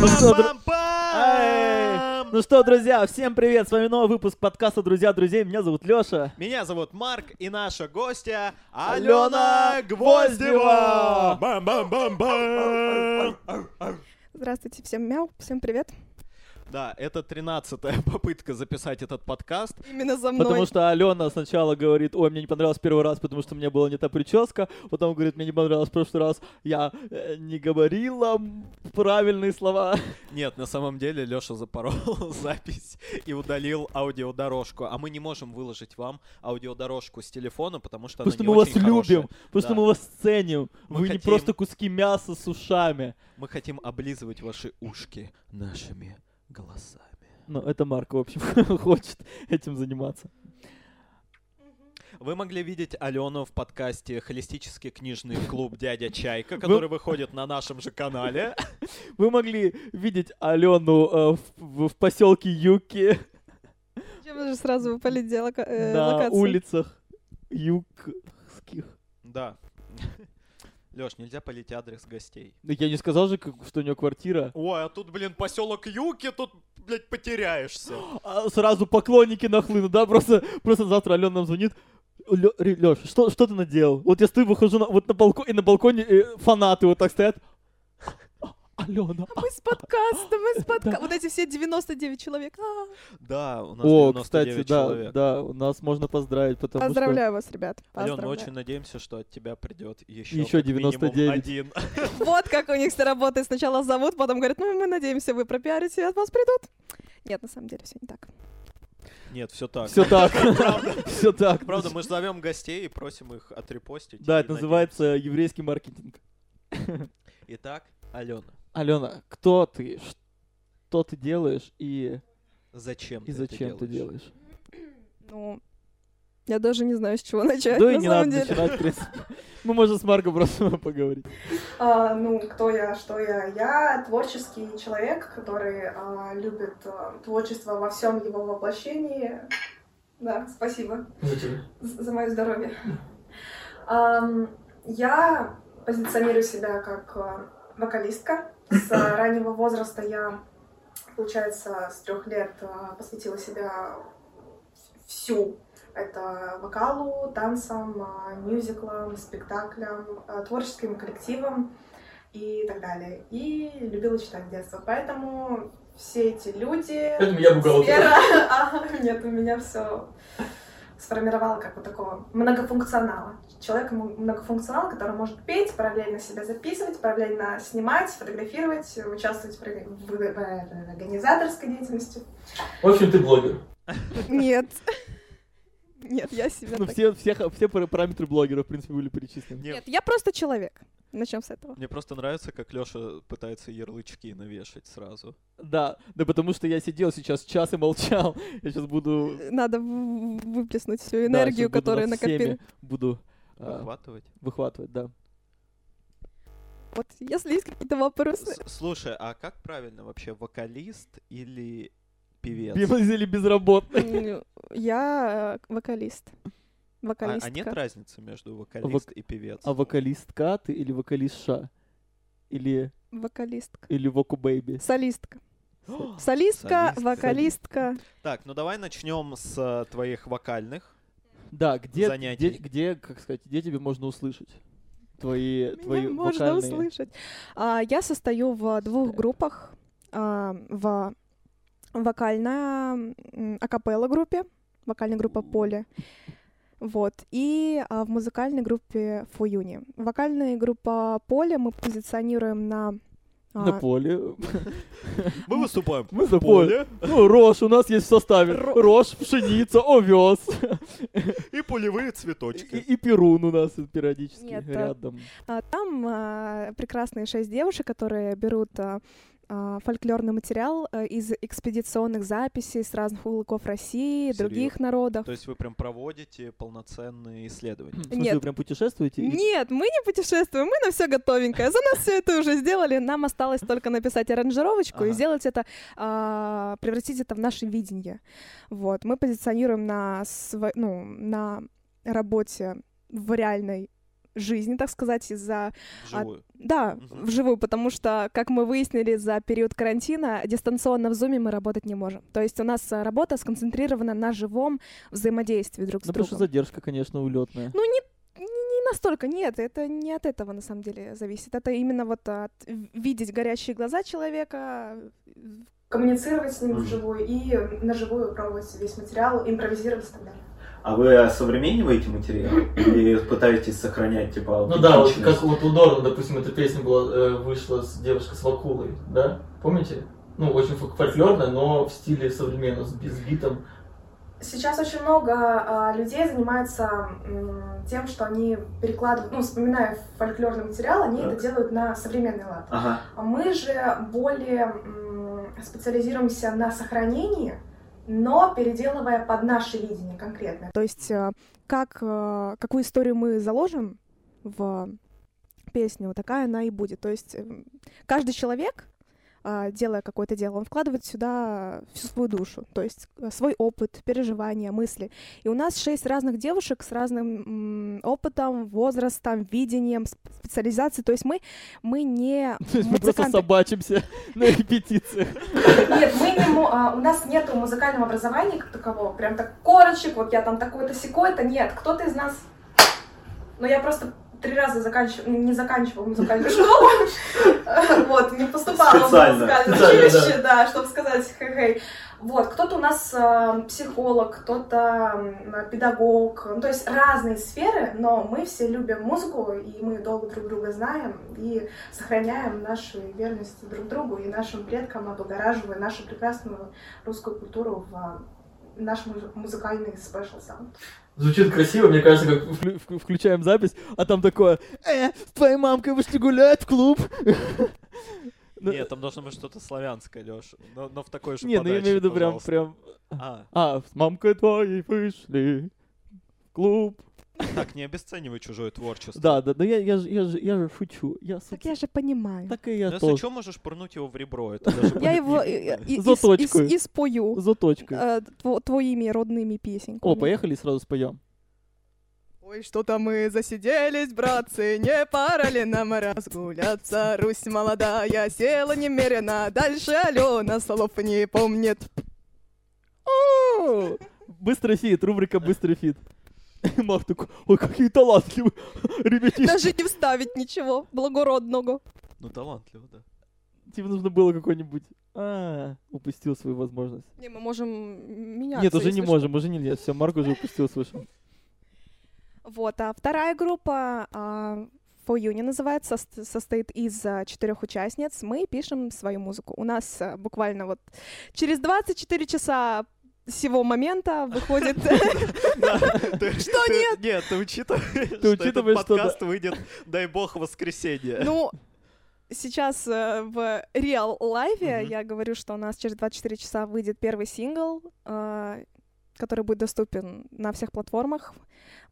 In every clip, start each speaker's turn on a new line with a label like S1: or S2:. S1: Ну что, дру-
S2: Пам-пам-пам!
S1: Ну что, друзья, всем привет! С вами новый выпуск подкаста «Друзья друзей». Меня зовут Лёша.
S2: Меня зовут Марк, и наша гостья
S1: Алена
S2: Алена Гвоздева!
S1: Гвоздева!
S2: Бам-бам-бам-бам!
S3: Здравствуйте, всем мяу, всем привет.
S2: Да, это тринадцатая попытка записать этот подкаст.
S3: Именно за мной.
S1: Потому что Алена сначала говорит, ой, мне не понравилось первый раз, потому что у меня была не та прическа. Потом говорит, мне не понравилось в прошлый раз, я э, не говорила м, правильные слова.
S2: Нет, на самом деле Леша запорол запись и удалил аудиодорожку. А мы не можем выложить вам аудиодорожку с телефона, потому что
S1: потому
S2: она
S1: что
S2: не
S1: мы вас
S2: очень хорошая.
S1: любим, потому что
S2: Да.
S1: мы вас ценим.
S2: Мы
S1: Вы не
S2: хотим-
S1: просто куски мяса с ушами.
S2: Мы хотим облизывать ваши ушки нашими голосами.
S1: Ну, это Марк, в общем, хочет этим заниматься.
S2: Вы могли видеть Алену в подкасте «Холистический книжный клуб Дядя Чайка», который выходит на нашем же канале.
S1: Вы могли видеть Алену э, в, поселке Юки
S3: Чем же сразу э, выпали дело
S1: на улицах югских.
S2: Да. Леш, нельзя полить адрес гостей.
S1: Ну, Я не сказал же, как- что у нее квартира.
S2: Ой, а тут, блин, поселок Юки, тут, блядь, потеряешься.
S1: А сразу поклонники нахлынут, да? Просто, просто завтра Алена нам звонит. Леш, что, что ты наделал? Вот я стою, выхожу на, вот на балкон, и на балконе э, фанаты вот так стоят. Алена.
S3: Мы с подкаста, мы с
S1: Да.
S3: подкаста. Вот эти все 99 человек. А,
S2: Да, у нас
S1: О,
S2: 99
S1: кстати, да,
S2: человек.
S1: да, у нас можно поздравить, потому
S3: Поздравляю вас, ребят.
S2: Ален, мы
S3: поздравляю.
S2: очень надеемся, что от тебя придет еще,
S1: Ещё
S2: как минимум
S1: 99.
S2: один.
S3: Вот как у них все работает. Сначала зовут, потом говорят, ну мы надеемся, вы пропиарите, и от вас придут. Нет, на самом деле все не так.
S2: Нет, все так.
S1: что все так, все так.
S2: Правда, мы зовем гостей и просим их отрепостить.
S1: Да,
S2: и
S1: это называется еврейский маркетинг.
S2: надеемся. Итак, Алена,
S1: Алена, кто ты? Что ты делаешь и,
S2: зачем
S1: и
S2: ты
S1: зачем
S2: это
S1: ты делаешь?
S3: Ну, я даже не знаю, с чего начать,
S1: Да и
S3: на
S1: не надо
S3: самом деле.
S1: начинать, в принципе. Мы можем с Марко просто поговорить.
S4: А, ну, кто я, что я? Я творческий человек, который а, любит а, творчество во всем его воплощении. Да, спасибо з- за мое здоровье. Ам, я позиционирую себя как а, вокалистка. С а, раннего возраста я, получается, с трех лет а, посвятила себя в- всю. Это вокалу, танцам, а, мюзиклам, спектаклям, а, творческим коллективам и так далее. И любила читать с детства. Поэтому все эти люди...
S5: Поэтому я бухгалтер.
S4: Сфера. А, нет, у меня все сформировало как вот такого многофункционала. Человек м- многофункционал, который может петь, параллельно себя записывать, параллельно снимать, фотографировать, участвовать в орг- в в организаторской деятельности.
S5: В общем, ты блогер.
S3: Нет. Нет, я себя
S1: Ну,
S3: так-
S1: все, всех- все пара- параметры блогера, в принципе, были перечислены.
S2: Мне,
S3: Нет, я просто человек. Начнем с этого.
S2: мне просто нравится, как Леша пытается ярлычки навешать сразу.
S1: Да, да потому что я сидел сейчас час и молчал. Я сейчас буду...
S3: Надо в- выплеснуть всю
S1: да,
S3: энергию,
S1: щас буду
S3: которую
S1: над
S3: накопил.
S1: всеми Буду а,
S2: Выхватывать.
S1: выхватывать, да.
S3: Вот, если есть какие-то вопросы.
S2: С- Слушай, а как правильно вообще, вокалист или певец? А,
S1: Без или безработный.
S3: Ну, Я э, вокалист.
S2: А,
S3: Вокалистка.
S2: а нет разницы между вокалист и певец?
S1: А вокалистка ты или вокалистша? Или,
S3: Вокалистка.
S1: или Воку Бэйби?
S3: Солистка.
S2: О,
S3: Солистка,
S2: солистка.
S3: вокалистка.
S2: Так, ну давай начнем с э, твоих вокальных.
S1: Да, где, где,
S2: занятий.
S1: где, как сказать, где тебе можно услышать? Твои, твои
S3: Меня можно
S1: вокальные-
S3: услышать. А, Я состою в двух
S1: Стэп.
S3: группах. а, В вокально м, акапелла группе, вокальная группа Поле. Вот. И а, в музыкальной группе Фуюни. Вокальная группа Поле мы позиционируем на... а,
S1: На поле.
S2: Мы выступаем
S1: Мы за
S2: в поле
S1: Ну, рожь у нас есть в составе.
S3: Ро-
S1: Рожь, пшеница, овес.
S2: и полевые
S1: И,
S2: цветочки.
S1: и перун у нас периодически
S3: Нет, а-
S1: рядом.
S3: А Там а, прекрасные шесть девушек, которые берут а, а, фольклорный материал а, из экспедиционных записей с разных уголков России,
S2: Серьёзно?
S3: других народов.
S2: То есть вы прям проводите полноценные исследования.
S1: В смысле,
S3: Нет.
S1: вы прям путешествуете? Ну, И-
S3: Нет, мы не путешествуем, мы на все готовенькое. За нас все это уже сделали. Нам осталось только написать аранжировочку и
S2: Ага.
S3: сделать это, а, превратить это в наше видение. Вот, мы позиционируем на, сво- ну, на работе в реальной
S6: жизни, так сказать, из-за
S2: Живую.
S6: да,
S2: Мгм.
S6: вживую, потому что, как мы выяснили за период карантина, дистанционно в зуме мы работать не можем. То есть у нас а, работа сконцентрирована на живом взаимодействии друг с
S7: Ну, потому что
S6: другом.
S7: задержка, конечно, улетная.
S6: Ну, не, не- не настолько, нет, это не от этого на самом деле зависит. Это именно вот от в- видеть горящие глаза человека.
S3: коммуницировать с ним
S8: Мгм.
S3: вживую и на живую пробовать весь материал, импровизировать и так далее.
S8: А вы осовремениваете материал или пытаетесь сохранять типа
S1: Ну да, вот
S8: аутентичность?
S1: как вот у Дорна, допустим, эта песня была, э, вышла с девушка с Вакулой, да? Помните? Ну, очень фольк- фольклорная, но в стиле современном, с би- с битом.
S3: Сейчас очень много а, людей занимаются м, тем, что они перекладывают, ну, вспоминая фольклорный материал, они
S8: Так.
S3: это делают на современный лад.
S8: Ага.
S3: А мы же более м, специализируемся на сохранении, но переделывая под наше видение конкретно.
S6: То есть а, как, а, какую историю мы заложим в песню, такая она и будет. То есть м, каждый человек, а, делая какое-то дело, он вкладывает сюда всю свою душу, то есть э, свой опыт, переживания, мысли. И у нас шесть разных девушек с разным м, опытом, возрастом, видением, сп- специализацией. То есть мы, мы не
S7: То есть мы просто
S6: музыканты.
S7: собачимся на репетициях.
S3: Нет, мы не му- а, у нас нет музыкального образования как такового, прям так корочек, вот я там такой-то секой-то, нет, кто-то из нас... Но я просто три раза заканчив... не заканчивала музыкальную школу, вот, не поступала в
S8: Специально.
S3: музыкальное
S1: Специально, да.
S3: училище, да, чтобы сказать хе-хей. Вот, кто-то у нас э, психолог, кто-то м, педагог, ну, то есть разные сферы, но мы все любим музыку, и мы долго друг друга знаем, и сохраняем нашу верность друг другу и нашим предкам, облагораживая нашу прекрасную русскую культуру в а, наш муз- музыкальный спешл саунд.
S1: Звучит красиво, мне кажется, как
S7: Вклю- вк- Включаем запись, а там такое, э, с твоей мамкой вышли гулять в клуб. Ну,
S2: Нет, там должно быть что-то славянское, Леша. Но, но в такой же
S7: Не, ну я имею в виду прям, прям,
S2: прям...
S7: а, с мамкой твоей вышли в клуб.
S2: А, так, не обесценивай чужое творчество.
S7: Да, да, да, я, я, же- я, же- я же шучу. Я, соб-
S6: Так я же понимаю.
S7: так и
S2: Ну,
S7: я
S2: если
S7: тоже.
S2: что, можешь пырнуть его в ребро. Это даже
S6: Я
S2: будет
S6: его
S2: не
S6: э,
S2: видно.
S6: и- и- и-
S7: Заточку.
S6: и- и спою
S7: За точкой.
S6: э, тво- твоими родными песенками.
S7: О, поехали сразу споем.
S9: Ой, что-то мы засиделись, братцы, не пора ли нам разгуляться? Русь молодая, села немерено, дальше Алена слов не помнит.
S7: О, Быстрый фит, рубрика «Быстрый фит». И Мах такой, ой, какие талантливые ребятишки.
S9: Даже не вставить
S6: Ничего благородного.
S2: Ну, талантливо, да.
S7: Тебе нужно было какой-нибудь... А, упустил свою возможность.
S6: Не, мы можем меняться.
S7: Нет, уже
S6: если
S7: не
S6: что.
S7: можем, уже нельзя. Все, Марк уже упустил свой шанс.
S6: Вот, а вторая группа а, For You не называется, сос- состоит из а, четырех участниц. Мы пишем свою музыку. У нас а, буквально вот через 24 часа сего момента выходит...
S2: Что
S6: нет?
S2: Нет, ты учитываешь,
S7: Ты
S2: что
S7: учитываешь,
S2: этот
S7: что да.
S2: подкаст выйдет, дай бог, в воскресенье.
S6: Ну, сейчас э, в реал лайфе
S2: Мгм.
S6: я говорю, что у нас через 24 часа выйдет первый сингл, а, который будет доступен на всех платформах,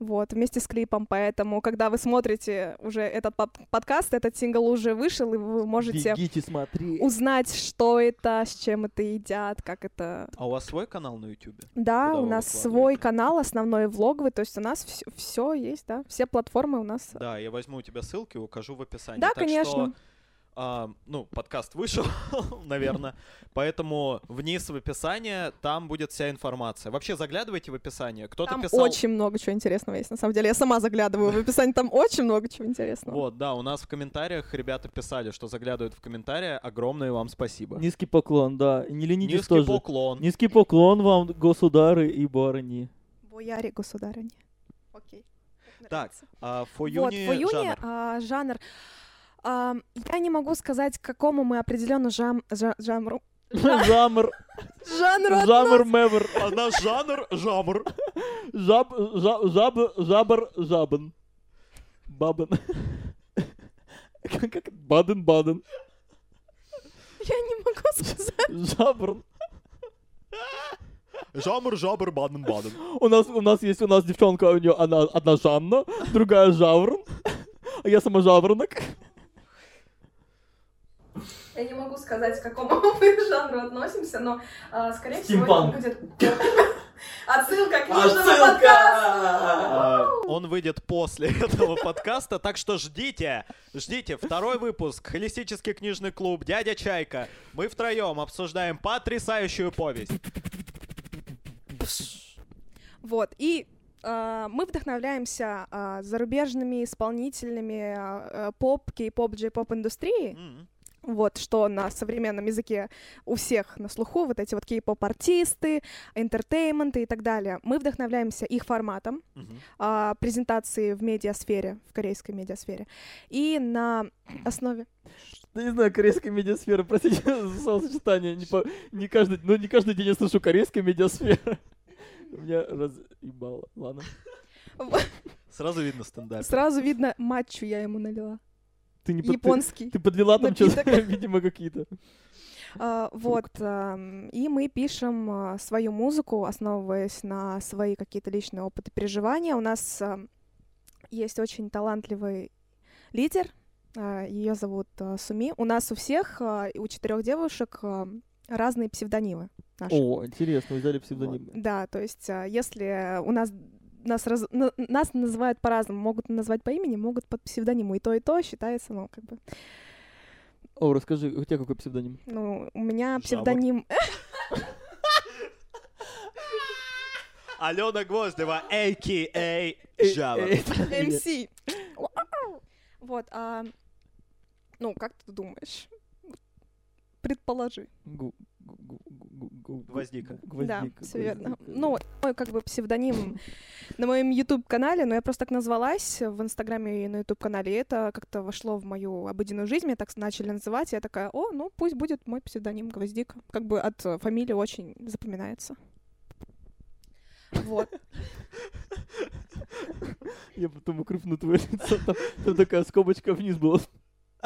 S6: вот, вместе с клипом, поэтому, когда вы смотрите уже этот под- подкаст, этот сингл уже вышел, и вы можете
S7: Бегите, смотри.
S6: узнать, что это, с чем это едят, как это...
S2: А у вас свой канал на Ютубе?
S6: Да,
S2: Куда
S6: у
S2: вы
S6: нас
S2: выкладываете?
S6: свой канал, основной влоговый, то есть у нас все, есть, да, все платформы у нас.
S2: Да, я возьму у тебя ссылки, укажу в описании.
S6: Да,
S2: Так что,
S6: конечно.
S2: а, ну, подкаст вышел, наверное. Поэтому вниз в описание, там будет вся информация. Вообще, заглядывайте в описание. Кто-то
S6: Там
S2: писал...
S6: очень много чего интересного есть, на самом деле. Я сама заглядываю в описание, там очень много чего интересного.
S2: Вот, да, у нас в комментариях ребята писали, что заглядывают в комментарии. Огромное вам спасибо.
S7: Низкий поклон, да. И Не ленитесь
S2: Низкий
S7: тоже.
S2: поклон.
S7: Низкий поклон вам, государы и барыни.
S6: Бояре, государыня. Окей.
S2: Так, а, for
S6: Вот,
S2: Uni
S6: в июне
S2: жанр.
S6: а, жанр. а, я не могу сказать, к какому мы определенно жам, жа- жанру.
S7: Жамр,
S6: Жанру отно-
S7: жамр, мевр.
S2: А наш жанр — жанр.
S7: Жаб, жа- жаб, жабр, жабан. Бабан. Как как это? Баден-баден.
S6: Я не могу сказать.
S7: Жабрн.
S2: Жанр, жабр, баден-баден.
S7: У нас, у нас есть, у нас девчонка, у нее она, одна Жанна, другая Жаврон. А я сама Жаворонок.
S3: Я не могу сказать, к какому мы жанру относимся, но, а, скорее всего,
S1: Стимпанк.
S3: это будет... Отсылка к книжному подкасту.
S1: Отсылка!
S2: А, Он выйдет после этого подкаста, так что ждите, ждите. Второй выпуск «Холистический книжный клуб. Дядя Чайка». Мы втроем обсуждаем потрясающую повесть.
S6: Вот, и а, мы вдохновляемся а, зарубежными исполнителями а, а, поп, кей-поп, джей-поп индустрии.
S2: М.
S6: Вот, что на современном языке у всех на слуху, вот эти вот кей-поп-артисты, интертейменты и так далее. Мы вдохновляемся их форматом,
S2: Мгм.
S6: а, презентации в медиасфере, в корейской медиасфере. И на основе...
S7: Да не знаю, корейская медиасфера, простите за словосочетание. Не, по- не каждый, ну, не каждый день я слышу корейская медиасфера. Меня разъебало. Ладно.
S2: Сразу видно стендап.
S6: Сразу видно, матчу я ему налила.
S7: Ты не под- ты-
S6: Японский.
S7: Ты подвела там что-то,
S6: напиток.
S7: видимо, какие-то.
S6: А, Вот. ам, И мы пишем а, свою музыку, основываясь на свои какие-то личные опыты, переживания. У нас ам, есть очень талантливый лидер. Ее зовут а, Суми. У нас у всех, а, и у четырех девушек, ам, разные псевдонимы. наши.
S7: О, интересно, вы взяли псевдоним.
S6: Вот, Да, то есть а, если у нас нас, раз- на- нас называют по-разному, могут назвать по имени, могут под псевдониму, и то, и то считается, ну, как бы,
S7: О, расскажи, у тебя какой псевдоним?
S6: ну, у меня
S2: Жабр.
S6: псевдоним...
S2: Алена Гвоздева, a.k.a.
S7: А,
S2: Java.
S7: МС.
S6: MC. Вот, а... Ну, как ты думаешь? Предположи.
S2: Гвоздика.
S6: да, все верно. Ну, мой как бы псевдоним на моем YouTube-канале, но я просто так назвалась в Инстаграме и на YouTube-канале, и это как-то вошло в мою обыденную жизнь, меня так с- начали называть, и я такая, о, ну пусть будет мой псевдоним Гвоздика. Как бы от э, фамилии очень запоминается. Вот.
S7: Я потом укрепну твое лицо. Там, там такая скобочка вниз была.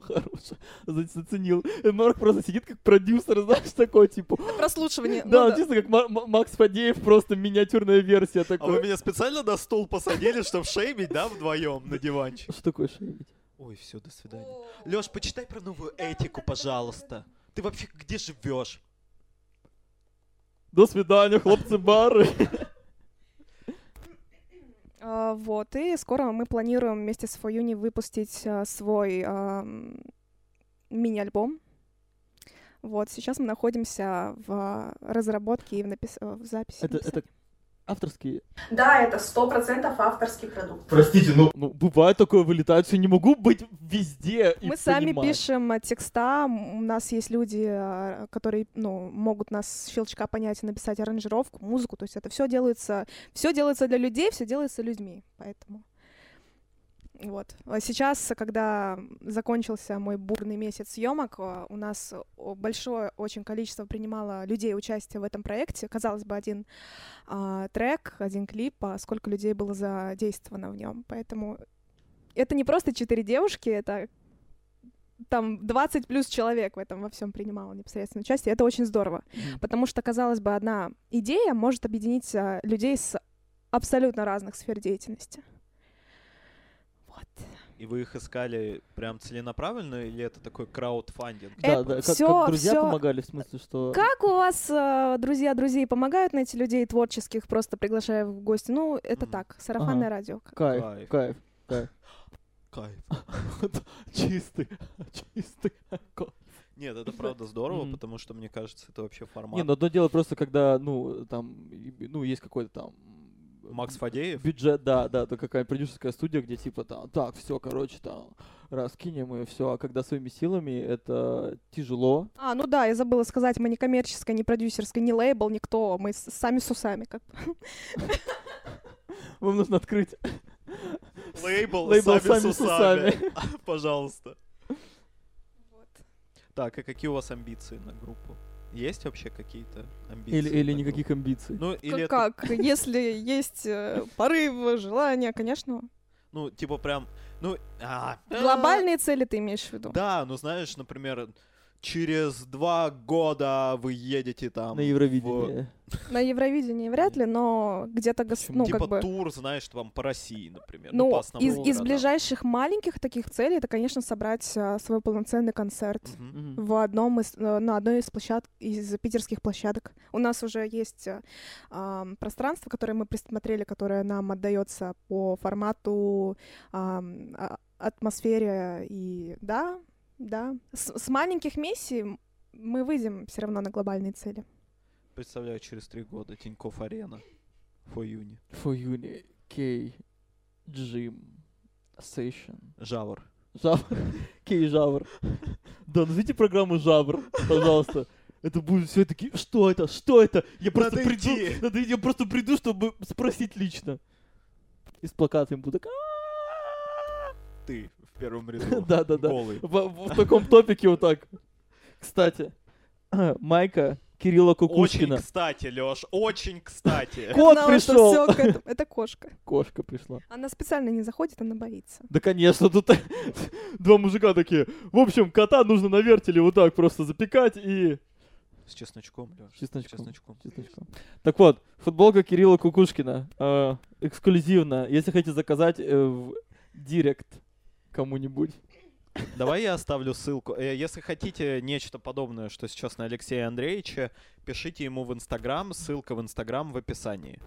S7: Хорошая. За- Заценил. Э, Марк просто сидит как продюсер, знаешь, такой, типа.
S6: Прослушивание. ну
S7: Да,
S6: да.
S7: чисто как Ма- Ма- Макс Фадеев, просто миниатюрная версия
S2: А вы
S7: такой.
S2: меня специально на стул посадили, чтобы шеймить, да, вдвоем на диванчик?
S7: Что такое шеймить?
S2: Ой, все, до свидания. Леш, почитай про новую этику, пожалуйста. Ты вообще где живешь?
S7: До свидания, хлопцы бары.
S6: А, Вот, и скоро мы планируем вместе с Фоюни выпустить а, свой ам, мини-альбом. Вот, сейчас мы находимся в а, разработке и в, напис- э, в записи.
S7: Это, это
S6: написания.
S7: авторские.
S3: Да, это сто процентов авторский продукт.
S1: Простите, но
S7: Ну, бывает такое, вылетает, все не могу быть везде. и
S6: Мы сами
S7: понимать.
S6: пишем а, текста, м, у нас есть люди, а, которые, ну, могут нас с щелчка понять и написать аранжировку, музыку, то есть это все делается, все делается для людей, все делается людьми, поэтому. Вот. А Сейчас, когда закончился мой бурный месяц съемок, а, у нас о, большое очень количество принимало людей участие в этом проекте. Казалось бы, один а, трек, один клип, а сколько людей было задействовано в нем. Поэтому это не просто четыре девушки, это там 20 плюс человек в этом во всем принимало непосредственное участие. Это очень здорово,
S7: Мгм.
S6: потому что, казалось бы, одна идея может объединить а, людей с абсолютно разных сфер деятельности. Вот.
S2: И вы их искали прям целенаправленно, или это такой краудфандинг?
S7: Да,
S6: Эп-
S7: да, как,
S6: всё-
S7: как друзья
S6: всё-
S7: помогали, в смысле, что...
S6: Как у вас э, друзья друзей помогают найти людей творческих, просто приглашая в гости? Ну, это
S2: Мгм.
S6: так, сарафанное
S7: Ага.
S6: радио.
S7: Кайф,
S2: Кайф.
S7: кайф, кайф.
S2: Кайф.
S7: Чистый, чистый.
S2: Нет, это правда здорово,
S7: Мгм.
S2: потому что, мне кажется, это вообще формат.
S7: Не, ну одно дело просто, когда, ну, там, и- ну, есть какой-то там... м,
S2: Макс Фадеев?
S7: Бюджет, да, да, то какая-нибудь продюсерская студия, где типа там, так, все, короче, там, раскинем и все. А когда своими силами, это тяжело.
S6: А, ну да, я забыла сказать, мы не коммерческая, не продюсерская, не лейбл, никто, мы с- сами с усами. Как... бы.
S7: Вам нужно открыть
S2: Лейбл, сами
S7: лейбл
S2: с
S7: сами с
S2: усами.
S7: усами.
S2: Пожалуйста.
S6: Вот.
S2: Так, а какие у вас амбиции на группу? Есть вообще какие-то амбиции?
S7: Или, или
S2: на группу?
S7: никаких амбиций.
S2: Ну, или это,
S6: как, если есть э, порыв, желание, конечно.
S2: ну, типа прям, ну, а,
S6: Глобальные цели ты имеешь в виду?
S2: Да, ну знаешь, например, через два года вы едете там...
S7: На Евровидении.
S6: На Евровидении вряд ли, но где-то,
S2: в-
S6: гос-
S2: в-
S6: ну,
S2: типа
S6: как бы...
S2: тур, знаешь, там по России, например.
S6: Ну,
S2: по
S6: из,
S2: основным
S6: из
S2: городам.
S6: ближайших маленьких таких целей, это, конечно, собрать а, свой полноценный концерт
S2: Мгм.
S7: Мгм.
S6: в одном из, э, на одной из площадок, из питерских площадок. У нас уже есть э, ам, пространство, которое мы присмотрели, которое нам отдается по формату, ам, а- атмосфере и... Да, да. С, с маленьких миссий мы выйдем все равно на глобальные цели.
S2: Представляю, через три года Тинькофф Арена. For Uni.
S7: For Uni, Кей, Джим, Сейшн,
S2: Жавр.
S7: Жавр, Кей Жавр. Да, назовите программу Жавр, пожалуйста. Это будет все такие, что это, что это? Я просто
S2: Надо
S7: приду,
S2: идти.
S7: надо идти, я просто приду, чтобы спросить лично. И с плакатами буду.
S2: Ты в первом ряду.
S7: Да-да-да.
S2: Голый.
S7: В, в таком топике вот так. Кстати, Майка Кирилла
S2: Очень
S7: Кукушкина.
S2: кстати, Лёш, очень кстати.
S7: Кот
S6: Знала, что
S7: пришел.
S6: всё к этому. Это кошка.
S7: Кошка пришла.
S6: Она специально не заходит, она боится.
S7: Да, конечно, тут два мужика такие. В общем, кота нужно на вертеле вот так просто запекать и...
S2: С чесночком, Лёш.
S7: С чесночком.
S2: чесночком.
S7: Чесночком. Так вот, футболка Кирилла Кукушкина. э, эксклюзивно. Если хотите заказать э, в директ кому-нибудь.
S2: Давай я оставлю ссылку. Э, Если хотите нечто подобное, что сейчас на Алексея Андреевича, пишите ему в Инстаграм. Ссылка в Инстаграм в описании.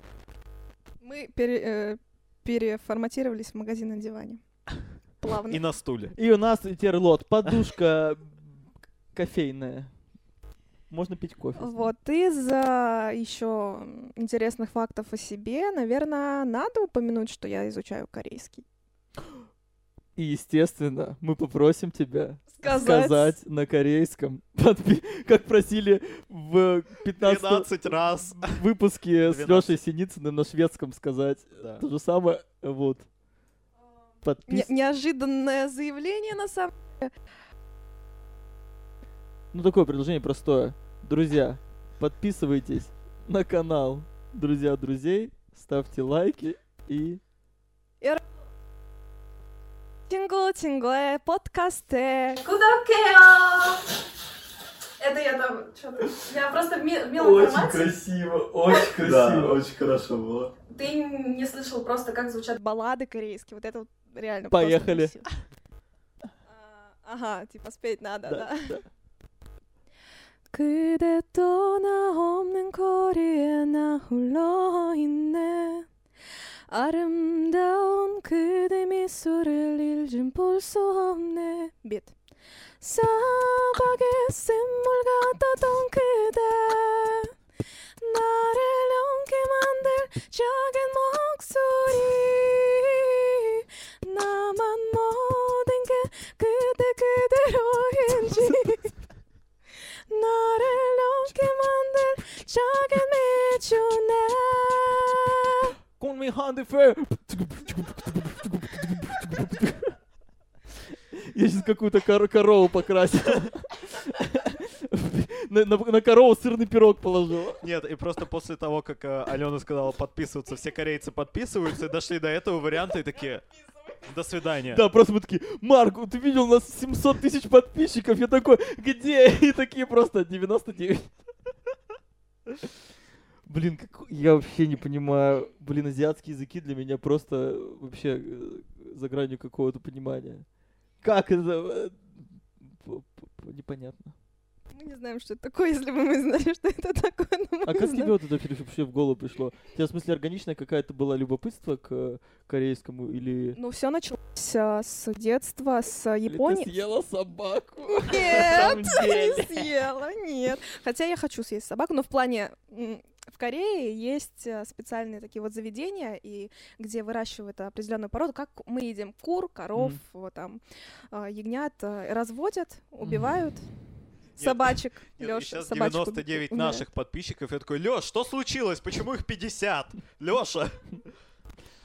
S6: Мы пере- э, переформатировались в магазин на диване. Плавно.
S2: И на стуле.
S7: И у нас терлот. Подушка кофейная. Можно пить кофе. с ней.
S6: Вот из еще интересных фактов о себе, наверное, надо упомянуть, что я изучаю корейский.
S7: И, естественно, мы попросим тебя
S6: Сказать.
S7: сказать на корейском, подпи- как просили в 15
S2: 15 раз.
S7: выпуске с
S2: 12.
S7: Лешей Синицыным на шведском сказать.
S2: Да.
S7: То же самое, вот.
S6: Не-
S7: Подпис...
S6: неожиданное заявление на самом
S7: Ну, такое предложение простое. Друзья, подписывайтесь на канал Друзья Друзей, ставьте лайки и...
S6: Тингу, тингле, подкасте.
S3: Кудакео! Это я там что-то... Я просто в, ми- в милом
S1: Очень
S3: формате.
S1: красиво, очень
S8: Да,
S1: красиво.
S8: очень хорошо было.
S3: Ты не слышал просто, как звучат...
S6: Баллады корейские, вот это вот реально
S7: Поехали.
S6: просто красиво. А, Ага, типа спеть надо, да.
S7: да.
S6: 그대 떠나 없는 거리에 나 흘러 있네. 아름다운 그대 미소를 일진 볼수 없네. 빛. 사박의 샘물 같았던 그대 나를 용기 만들 작은 목소리 나만 모든 게 그대 그대로인지 너를 놓게 만들 적은 미주네
S7: Call me Handy Fair. Я сейчас какую-то кор- корову покрасил. На, на- на корову сырный пирог положил.
S2: Нет, и просто после того, как э, Алена сказала подписываться, все корейцы подписываются, и дошли до этого варианта и такие... До свидания.
S7: Да, просто мы такие, Марк, ты видел, у нас 700 тысяч подписчиков. Я такой, где? И такие просто 99. Блин, как... я вообще не понимаю. Блин, азиатские языки для меня просто вообще э, за гранью какого-то понимания. Как это? э, п- п- Непонятно.
S6: Мы не знаем, что это такое, если бы мы знали, что это такое. но мы
S7: А
S6: не
S7: как
S6: знаем.
S7: тебе вот это вообще- вообще в голову пришло? У тебя, в смысле, органичное какая-то была любопытство к э, корейскому или...
S6: Ну, все началось а, с детства, с
S7: Или ты
S6: Японии.
S7: съела собаку?
S6: Нет,
S7: самом
S6: не
S7: деле.
S6: съела, нет. Хотя я хочу съесть собаку, но в плане... м, В Корее есть а, специальные такие вот заведения, и где выращивают определенную породу, как мы едим кур, коров,
S7: Мгм.
S6: вот там а, ягнят, а, разводят, убивают.
S2: Нет,
S6: Собачек,
S2: Нет, и
S6: Лёша,
S2: сейчас
S6: собачку
S2: 99
S6: убивает.
S2: наших подписчиков. Я такой, Лёш, что случилось? Почему их 50? Лёша!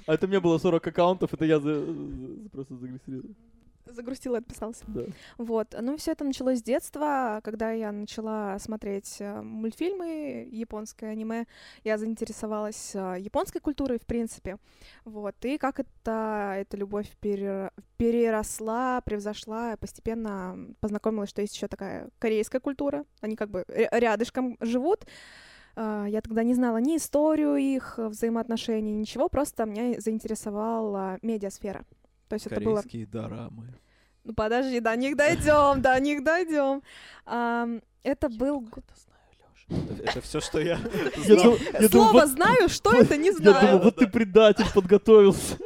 S7: А это у меня было 40 аккаунтов, это я за- за- просто загрессировал.
S6: Загрустила, отписался.
S7: Да.
S6: Вот. Ну, все это началось с детства, когда я начала смотреть э, мультфильмы, японское аниме. Я заинтересовалась э, японской культурой, в принципе. Вот. И как это, эта любовь перер- переросла, превзошла, постепенно познакомилась, что есть еще такая корейская культура. Они как бы ря- рядышком живут. А, Я тогда не знала ни историю их э, взаимоотношений, ничего, просто меня заинтересовала медиасфера. То есть это было
S2: Корейские дорамы.
S6: ну подожди, до них дойдем, до них дойдем. это был. г-
S2: Это, все, что я...
S7: Я
S6: Нет,
S7: дум- я думал,
S6: Слово
S7: вот-
S6: знаю, что это не
S7: Я думал,
S6: знаю.
S7: вот ты предатель, подготовился.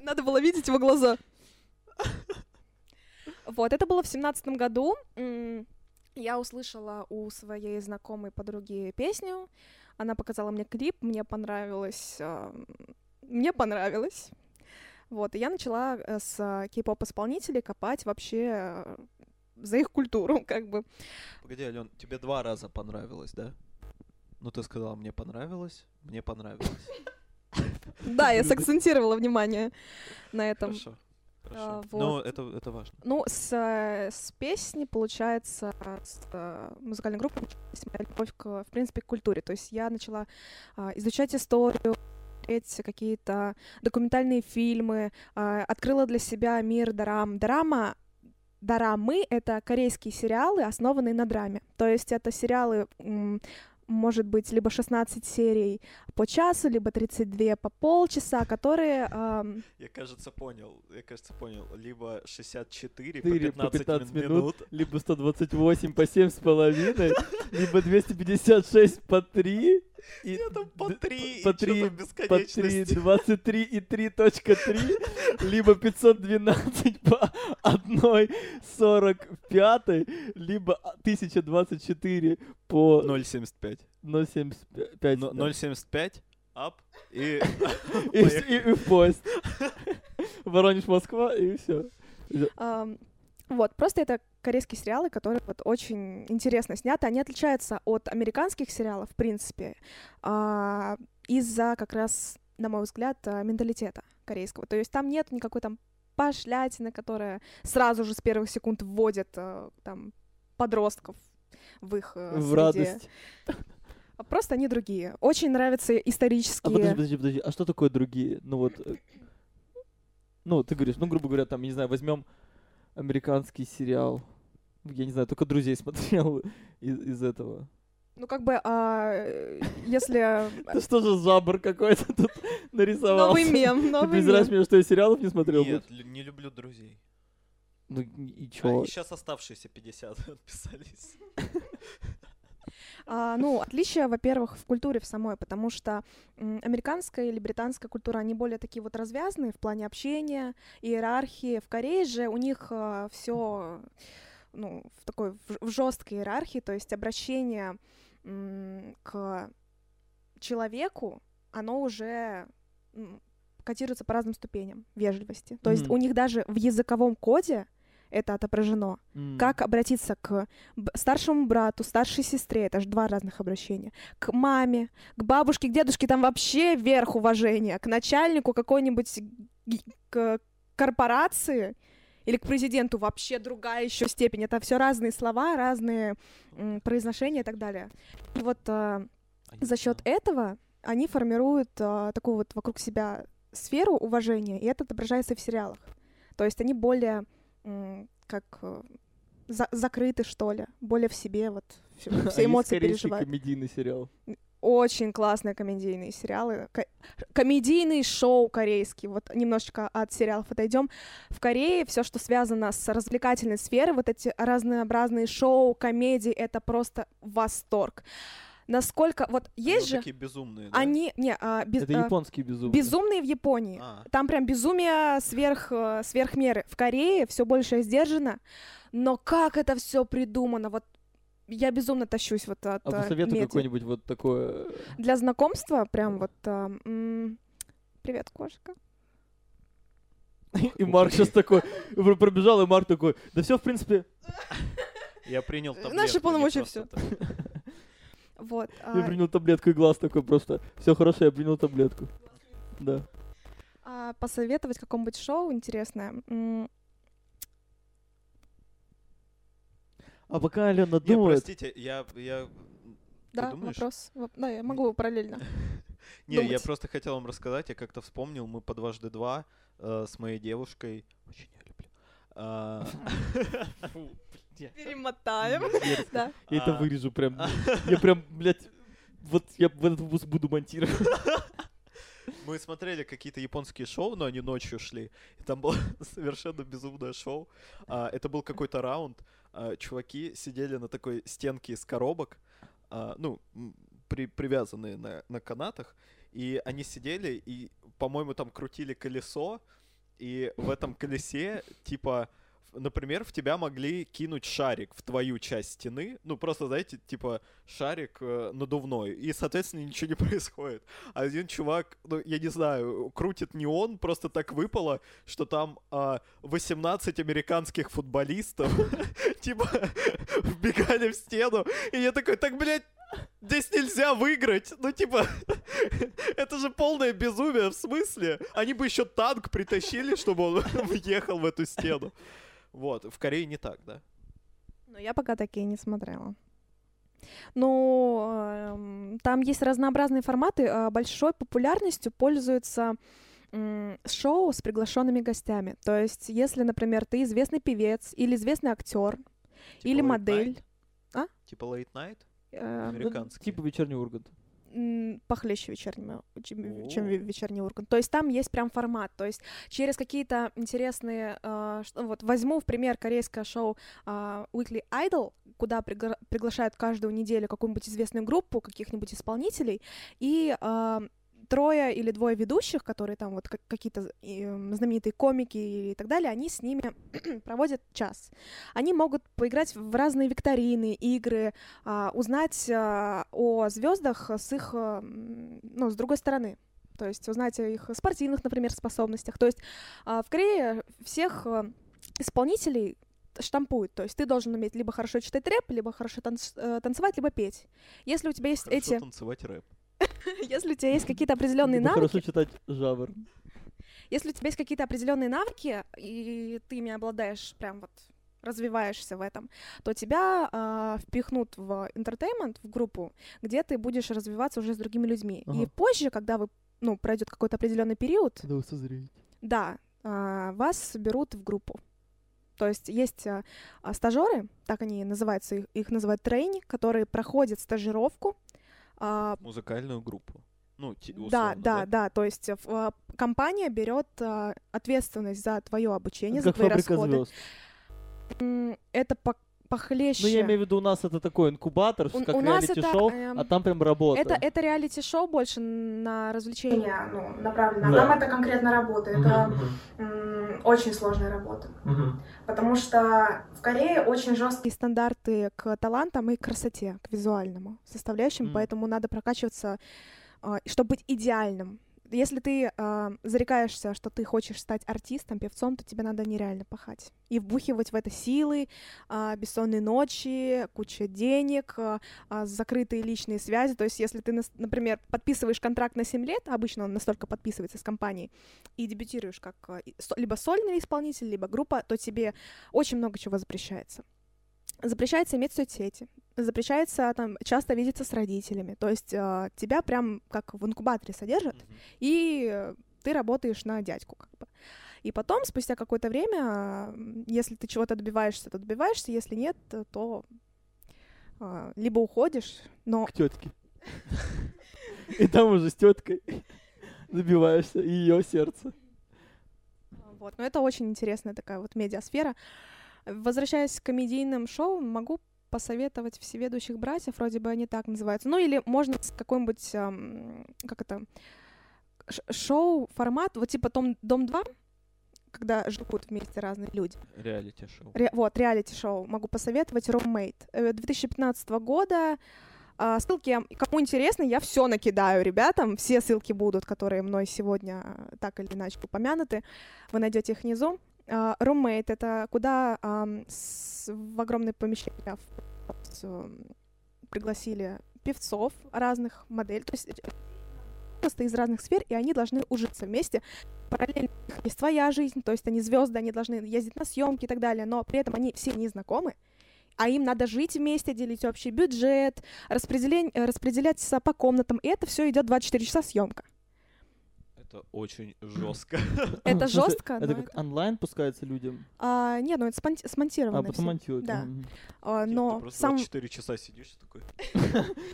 S6: Надо было видеть его глаза. Вот, это было в семнадцатом году. М, Я услышала у своей знакомой подруги песню. Она показала мне клип, мне понравилось. а, Мне понравилось. Вот, и я начала э, с а, кей-поп исполнителей копать вообще э, за их культуру, как бы.
S2: Погоди, Ален, тебе два раза понравилось, да? Ну, ты сказала, мне понравилось, мне понравилось.
S6: Да, я сакцентировала внимание на этом.
S2: Хорошо.
S6: А,
S2: Хорошо.
S6: вот.
S2: Ну, это, это важно.
S6: Ну, с, э, с песни, получается, с э, музыкальной группы началась моя любовь, к, в принципе, к культуре. То есть я начала а, изучать историю, смотреть какие-то документальные фильмы, а, открыла для себя мир дарам. Дорама Дорамы — это корейские сериалы, основанные на драме. То есть это сериалы, м, может быть, либо 16 серий по часу, либо 32 по полчаса, которые... ам,
S2: Я, кажется, понял. Я, кажется, понял. Либо 64 по
S7: Четыре
S2: 15,
S7: по 15 минут.
S2: минут.
S7: Либо 128 по 7,5, либо 256 по 3. И
S2: Я там по
S7: д-
S2: 3,
S7: по 3, по 3,
S2: бесконечности.
S7: 23 и 3.3, либо 512 по 1,45, либо 1024 по
S2: 0,75.
S7: 0,75.
S2: Ну,
S7: да.
S2: 0,75, ап, и...
S7: И,
S2: поехали.
S7: вс- и- и в поезд. Воронеж, Москва, и все.
S6: Ам, Вот, просто это корейские сериалы, которые вот очень интересно сняты. Они отличаются от американских сериалов, в принципе, а, из-за как раз, на мой взгляд, а, менталитета корейского. То есть там нет никакой там пошлятины, которая сразу же с первых секунд вводит а, там подростков в их э,
S7: В
S6: среде.
S7: радость.
S6: А Просто они другие. Очень нравятся
S7: А
S6: исторические...
S7: подожди, подожди, подожди, а что такое другие? Ну вот, э, ну ты говоришь, ну грубо говоря, там, я не знаю, возьмем американский сериал. Я не знаю, только друзей смотрел из, из этого.
S6: Ну, как бы, а, э, если...
S7: Это что же жабр какой-то тут нарисовал?
S6: Новый мем,
S7: Ты
S6: новый мем.
S7: презираешь меня, что я сериалов не смотрел?
S2: Нет, лю- не люблю друзей.
S7: Ну и чё?
S2: А, сейчас оставшиеся 50 отписались.
S6: А, ну, отличие, во-первых, в культуре в самой, потому что м, американская или британская культура, они более такие вот развязные в плане общения, иерархии. В Корее же у них все ну, в такой в жесткой иерархии, то есть обращение м, к человеку, оно уже м, котируется по разным ступеням вежливости. То есть
S7: Мгм.
S6: у них даже в языковом коде это отображено
S7: М.
S6: как обратиться к б- старшему брату, старшей сестре, это же два разных обращения, к маме, к бабушке, к дедушке, там вообще верх уважения, к начальнику какой-нибудь ги- к корпорации или к президенту вообще другая еще степень. Это все разные слова, разные м, произношения и так далее. И вот э, а, за счет этого они формируют а, такую вот вокруг себя сферу уважения, и это отображается и в сериалах. То есть они более м, как э, за- закрыты, что ли, более в себе вот всё-
S7: А
S6: все
S7: есть
S6: эмоции
S7: корейский
S6: переживают.
S7: комедийный сериал.
S6: Очень классные комедийные сериалы. Ко- комедийные шоу корейские. Вот немножечко от сериалов отойдем. В Корее все, что связано с развлекательной сферой, вот эти разнообразные шоу, комедии, это просто восторг. Насколько... Вот есть же...
S2: Ну, такие безумные, да?
S6: Они... Не, а, без-
S7: Это
S6: а,
S7: японский безумный.
S6: безумные в Японии.
S2: А,
S6: Там прям безумие сверх, э, сверх меры. В Корее все больше сдержано, но как это все придумано, вот я безумно тащусь вот от
S7: А
S6: э,
S7: посоветуй
S6: меди.
S7: какой-нибудь вот такое... э,
S6: Для знакомства прям вот... э, м, Привет, кошка.
S7: И Марк сейчас такой пр- пробежал, и Марк такой, да все, в принципе,
S2: я принял
S6: Наши
S2: таблетку.
S6: полномочия
S2: все.
S6: Вот.
S7: я
S6: а,
S7: принял таблетку, и глаз такой просто, все хорошо, я принял таблетку. Да.
S6: А, посоветовать какому-нибудь шоу интересное. М,
S7: А пока Алена
S2: Не,
S7: думает...
S2: простите, я... я...
S6: да,
S2: думаешь?
S6: вопрос. Воп- Да, я могу параллельно.
S2: Не, я
S6: Думать.
S2: просто хотел вам рассказать, я как-то вспомнил, мы по дважды два э, с моей девушкой... Очень я люблю. а,
S9: Перемотаем.
S6: Да.
S7: Я это
S2: а,
S7: вырежу прям. Я прям, блядь... Вот я в этот выпуск буду монтировать.
S2: Мы смотрели какие-то японские шоу, но они ночью шли. И там было совершенно безумное шоу. А, это был какой-то раунд. А, чуваки сидели на такой стенке из коробок, а, ну, м, при- привязанные на, на канатах. И они сидели и, по-моему, там крутили колесо. И в этом колесе, типа, в- например, в тебя могли кинуть шарик в твою часть стены. Ну, просто, знаете, типа, шарик э, надувной. И, соответственно, ничего не происходит. Один чувак, ну, я не знаю, крутит не он, просто так выпало, что там а, 18 американских футболистов, типа, вбегали в стену, и я такой, так, блядь, Здесь нельзя выиграть. Ну, типа, это же полное безумие, в смысле? Они бы еще танк притащили, чтобы он въехал в эту стену. Вот, в Корее не так, да?
S6: Но я пока такие не смотрела. Ну, эм, там есть разнообразные форматы. а, Большой популярностью пользуются м, шоу с приглашенными гостями. То есть, если, например, ты известный певец или известный актер
S2: Типа
S6: или
S2: late
S6: модель,
S2: night?
S6: А?
S2: Типа late night?
S6: э,
S2: Американский.
S7: Типа вечерний Ургант.
S6: м, похлеще вечернего, чем, чем
S2: О.
S6: ве- вечерний Ургант. То есть там есть прям формат. То есть через какие-то интересные... а, ш- вот возьму в пример корейское шоу а, Weekly Idol, куда пригла- приглашают каждую неделю какую-нибудь известную группу, каких-нибудь исполнителей, и а, трое или двое ведущих, которые там вот как- какие-то з- и, м, знаменитые комики и так далее, они с ними проводят час. Они могут поиграть в разные викторины, игры, а, узнать а, о звездах с их, а, м, ну, с другой стороны. То есть узнать о их спортивных, например, способностях. То есть а, в Корее всех а, исполнителей штампуют. То есть ты должен уметь либо хорошо читать рэп, либо хорошо танц- э, танцевать, либо петь. Если у тебя есть
S2: Хорошо
S6: эти,
S2: танцевать рэп.
S6: если у тебя есть какие-то определенные
S7: Либо
S6: навыки,
S7: Хорошо читать Жавр.
S6: если у тебя есть какие-то определенные навыки, и ты ими обладаешь, прям вот развиваешься в этом, то тебя а, впихнут в entertainment, в группу, где ты будешь развиваться уже с другими людьми. И
S7: Ага.
S6: позже, когда вы, ну, пройдет какой-то определенный период,
S7: Надо созреть.
S6: да, а, вас берут в группу. То есть есть стажеры, так они называются, их, их называют трейни, которые проходят стажировку а,
S2: Музыкальную группу. Ну, ти-
S6: да,
S2: условно,
S6: да, да. То есть э, ф- э, компания берет э, ответственность за твое обучение,
S7: Как
S6: за твои
S7: фабрика
S6: расходы.
S7: звезд.
S6: М, Это по- похлеще.
S7: Ну, я имею в виду, у нас это такой инкубатор,
S6: У-
S7: как
S6: у нас
S7: реалити-шоу,
S6: это, эм,
S7: а там прям работа.
S6: это, это реалити-шоу больше на развлечения.
S3: меня, ну, направлено.
S1: Да.
S3: А Нам это конкретно работа. Это м, очень сложная работа. Потому что в Корее очень жесткий
S6: И стандарты к талантам и красоте, к визуальному составляющим,
S7: М.
S6: поэтому надо прокачиваться, а, чтобы быть идеальным. Если ты а, зарекаешься, что ты хочешь стать артистом, певцом, то тебе надо нереально пахать. И вбухивать в это силы, а, бессонные ночи, куча денег, а, а, закрытые личные связи. То есть если ты, нас- например, подписываешь контракт на 7 лет, а обычно он настолько подписывается с компанией, и дебютируешь как а, и- со- либо сольный исполнитель, либо группа, то тебе очень много чего запрещается. Запрещается иметь соцсети, запрещается там часто видеться с родителями. То есть а, тебя прям как в инкубаторе содержат,
S2: Мгм.
S6: и э, ты работаешь на дядьку как бы. И потом, спустя какое-то время, а, м, если ты чего-то добиваешься, то добиваешься, если нет, э, то а, либо уходишь, но
S7: К тетке. И там уже с теткой забиваешься, и ее сердце.
S6: Вот, но это очень интересная такая вот медиасфера. Возвращаясь к комедийным шоу, могу посоветовать «Всеведущих братьев», вроде бы они так называются. Ну или можно с какой-нибудь, ам, как это, ш- шоу-формат, вот типа том, «Дом-2», когда живут вместе разные люди.
S2: Реалити-шоу.
S6: Ре- вот, реалити-шоу могу посоветовать «Roommate» э, 2015 года. А, ссылки, я- кому интересно, я все накидаю ребятам. Все ссылки будут, которые мной сегодня э, так или иначе упомянуты. Вы найдете их внизу. А, Roommate — это куда ам, с- в огромные помещения в- с, м, пригласили певцов разных моделей. То есть э, просто из разных сфер, и они должны ужиться вместе. Параллельно у них есть своя жизнь, то есть они звезды, они должны ездить на съемки и так далее, но при этом они все не знакомы, а им надо жить вместе, делить общий бюджет, распределень- э, распределяться по комнатам, и это все идет 24 часа съемка.
S2: Это очень жестко.
S6: Это
S7: В смысле,
S6: жестко, но
S7: а, ну, Это как а? онлайн пускается людям,
S6: А, не, ну это спонти- смонтировано.
S7: а потом типа,
S6: всё.
S7: монтируют.
S6: Да.
S7: Мгм.
S6: А,
S2: Нет,
S6: но
S2: ты Типа, просто
S6: сам...
S2: 24 часа сидишь и такой.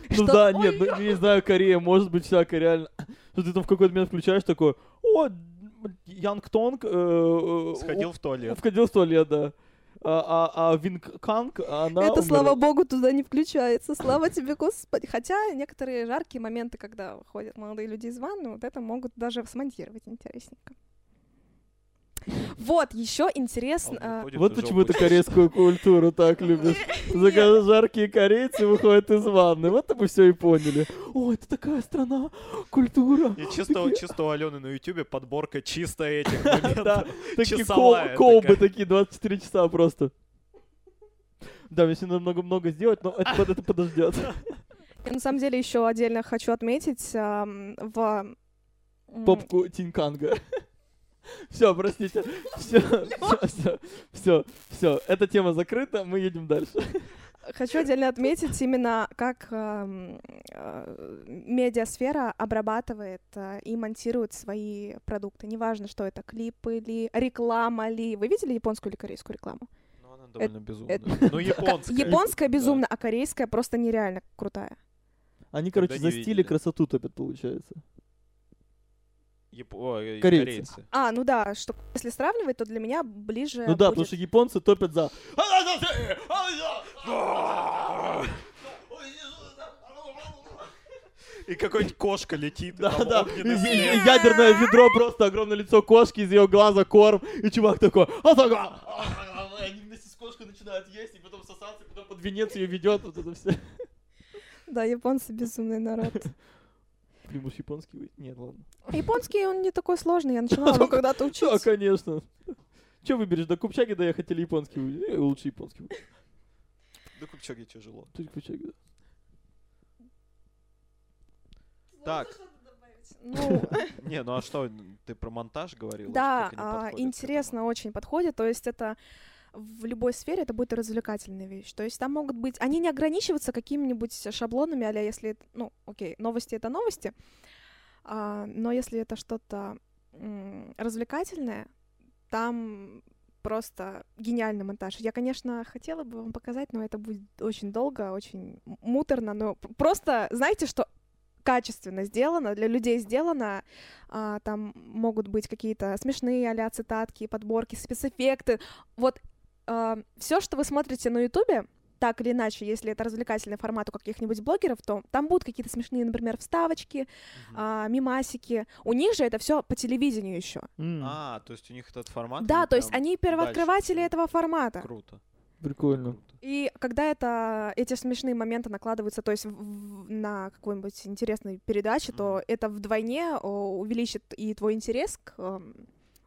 S7: Ну
S6: Что-
S7: да, нет, ну, я не знаю, Корея, может быть, всякое реально. Что ты там в какой-то момент включаешь такое, о, Янг Тонг... э, э,
S2: Сходил в
S7: о,
S2: туалет.
S7: Входил в туалет, да. А, а, а Винг Канг, а она
S6: это,
S7: умерла.
S6: слава богу, туда не включается. Слава тебе, Господи. Хотя некоторые жаркие моменты, когда выходят молодые люди из ванны, вот это могут даже смонтировать интересненько. Вот, еще
S2: а он
S6: интересно...
S2: выходит,
S7: Вот
S2: уже
S7: почему ты
S2: опустился.
S7: корейскую культуру так любишь. Зака- Жаркие корейцы выходят из ванны. Вот мы все и поняли. О, это такая страна, культура.
S2: И чисто, чисто у Алены на Ютубе подборка чисто этих моментов.
S7: Да, такие
S2: Часовая
S7: кол- колбы
S2: такая.
S7: такие, 24 часа просто. Да, мне сегодня надо много-много сделать, но это, под- это подождет.
S6: э, На самом деле еще отдельно хочу отметить ам, в... м,
S7: Попку Тиньканга. Все, простите. Все, все, все, все. Эта тема закрыта, мы едем дальше.
S6: Хочу отдельно отметить именно, как ам, э, медиасфера обрабатывает э, и монтирует свои продукты. Неважно, что это клипы ли, реклама ли. Вы видели японскую или корейскую рекламу?
S2: Ну, она довольно безумная.
S6: Э, это-
S2: Ну,
S6: Ка-
S2: японская.
S6: японская
S2: Да.
S6: безумно, а корейская просто нереально крутая.
S7: Они,
S2: Никогда
S7: короче,
S2: не
S7: за стиль
S2: видели.
S7: и красоту топят, получается.
S2: Яп- ой,
S7: Корейцы.
S2: корейцы.
S6: А, ну да, что если сравнивать, то для меня ближе.
S7: Ну да,
S6: будет-
S7: потому что японцы топят за...
S2: И какой-нибудь кошка летит. и
S7: Да,
S2: там
S7: да.
S2: огненный
S7: и- и-
S2: снег.
S7: и Ядерное ведро, просто огромное лицо кошки, из ее глаза корм, и чувак такой... «А, так, а, а, а, а». Они вместе с кошкой начинают есть, и потом сосаться, и потом под венец ее ведет, вот это все.
S6: Да, японцы безумный народ.
S7: Блин, может, японский вы- Нет, ладно.
S6: Японский он не такой сложный, я
S7: Ну,
S6: начинала его когда-то
S7: Да,
S6: учить.
S7: конечно. Че выберешь, до Купчаги доехать или японский? выберешь? Э, Лучше японский. выберешь.
S2: Да Купчаге тяжело.
S7: Только Купчаги, да.
S2: Так,
S6: Ну,
S2: не, ну а что, ты про монтаж говорил?
S6: Да, а, интересно очень подходит. То есть это в любой сфере это будет развлекательная вещь. То есть там могут быть... Они не ограничиваются какими-нибудь шаблонами, а если... Ну, окей, новости — это новости. а, но если это что-то м, развлекательное, там просто гениальный монтаж. Я, конечно, хотела бы вам показать, но это будет очень долго, очень м- муторно, но п- просто знаете, что качественно сделано, для людей сделано, а, там могут быть какие-то смешные а-ля цитатки, подборки, спецэффекты. Вот все, что вы смотрите на Ютубе, так или иначе, если это развлекательный формат у каких-нибудь блогеров, то там будут какие-то смешные, например, вставочки, а, мимасики. У них же это все по телевидению еще.
S7: М,
S2: А, то есть у них этот формат?
S6: Да, то есть
S2: прям
S6: они первооткрыватели
S2: дальше.
S6: этого формата.
S2: Круто.
S7: Прикольно.
S6: И когда это, эти смешные моменты накладываются, то есть в- в- на какую-нибудь интересную передачу, то
S2: Мгм.
S6: это вдвойне о, увеличит и твой интерес к, эм,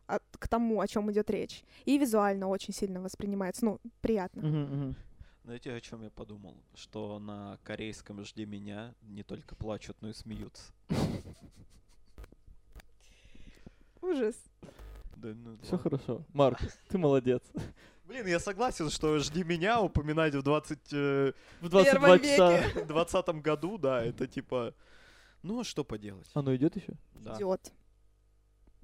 S6: от- к тому, о чем идет речь. И визуально очень сильно воспринимается. Ну, приятно.
S7: Мгм, мгм.
S2: Знаете, о чем я подумал? Что на корейском «Жди меня» не только плачут, но и смеются.
S6: Ужас.
S2: Да, ну,
S7: Все
S2: ладно.
S7: хорошо. Марк, ты молодец.
S2: Блин, я согласен, что «Жди меня» упоминать в 20... э,
S7: В
S9: Первом
S7: 22 часа.
S9: веке.
S2: 20 году, да, это типа... Ну, а что поделать?
S7: Оно идет еще?
S2: Да.
S6: Идет.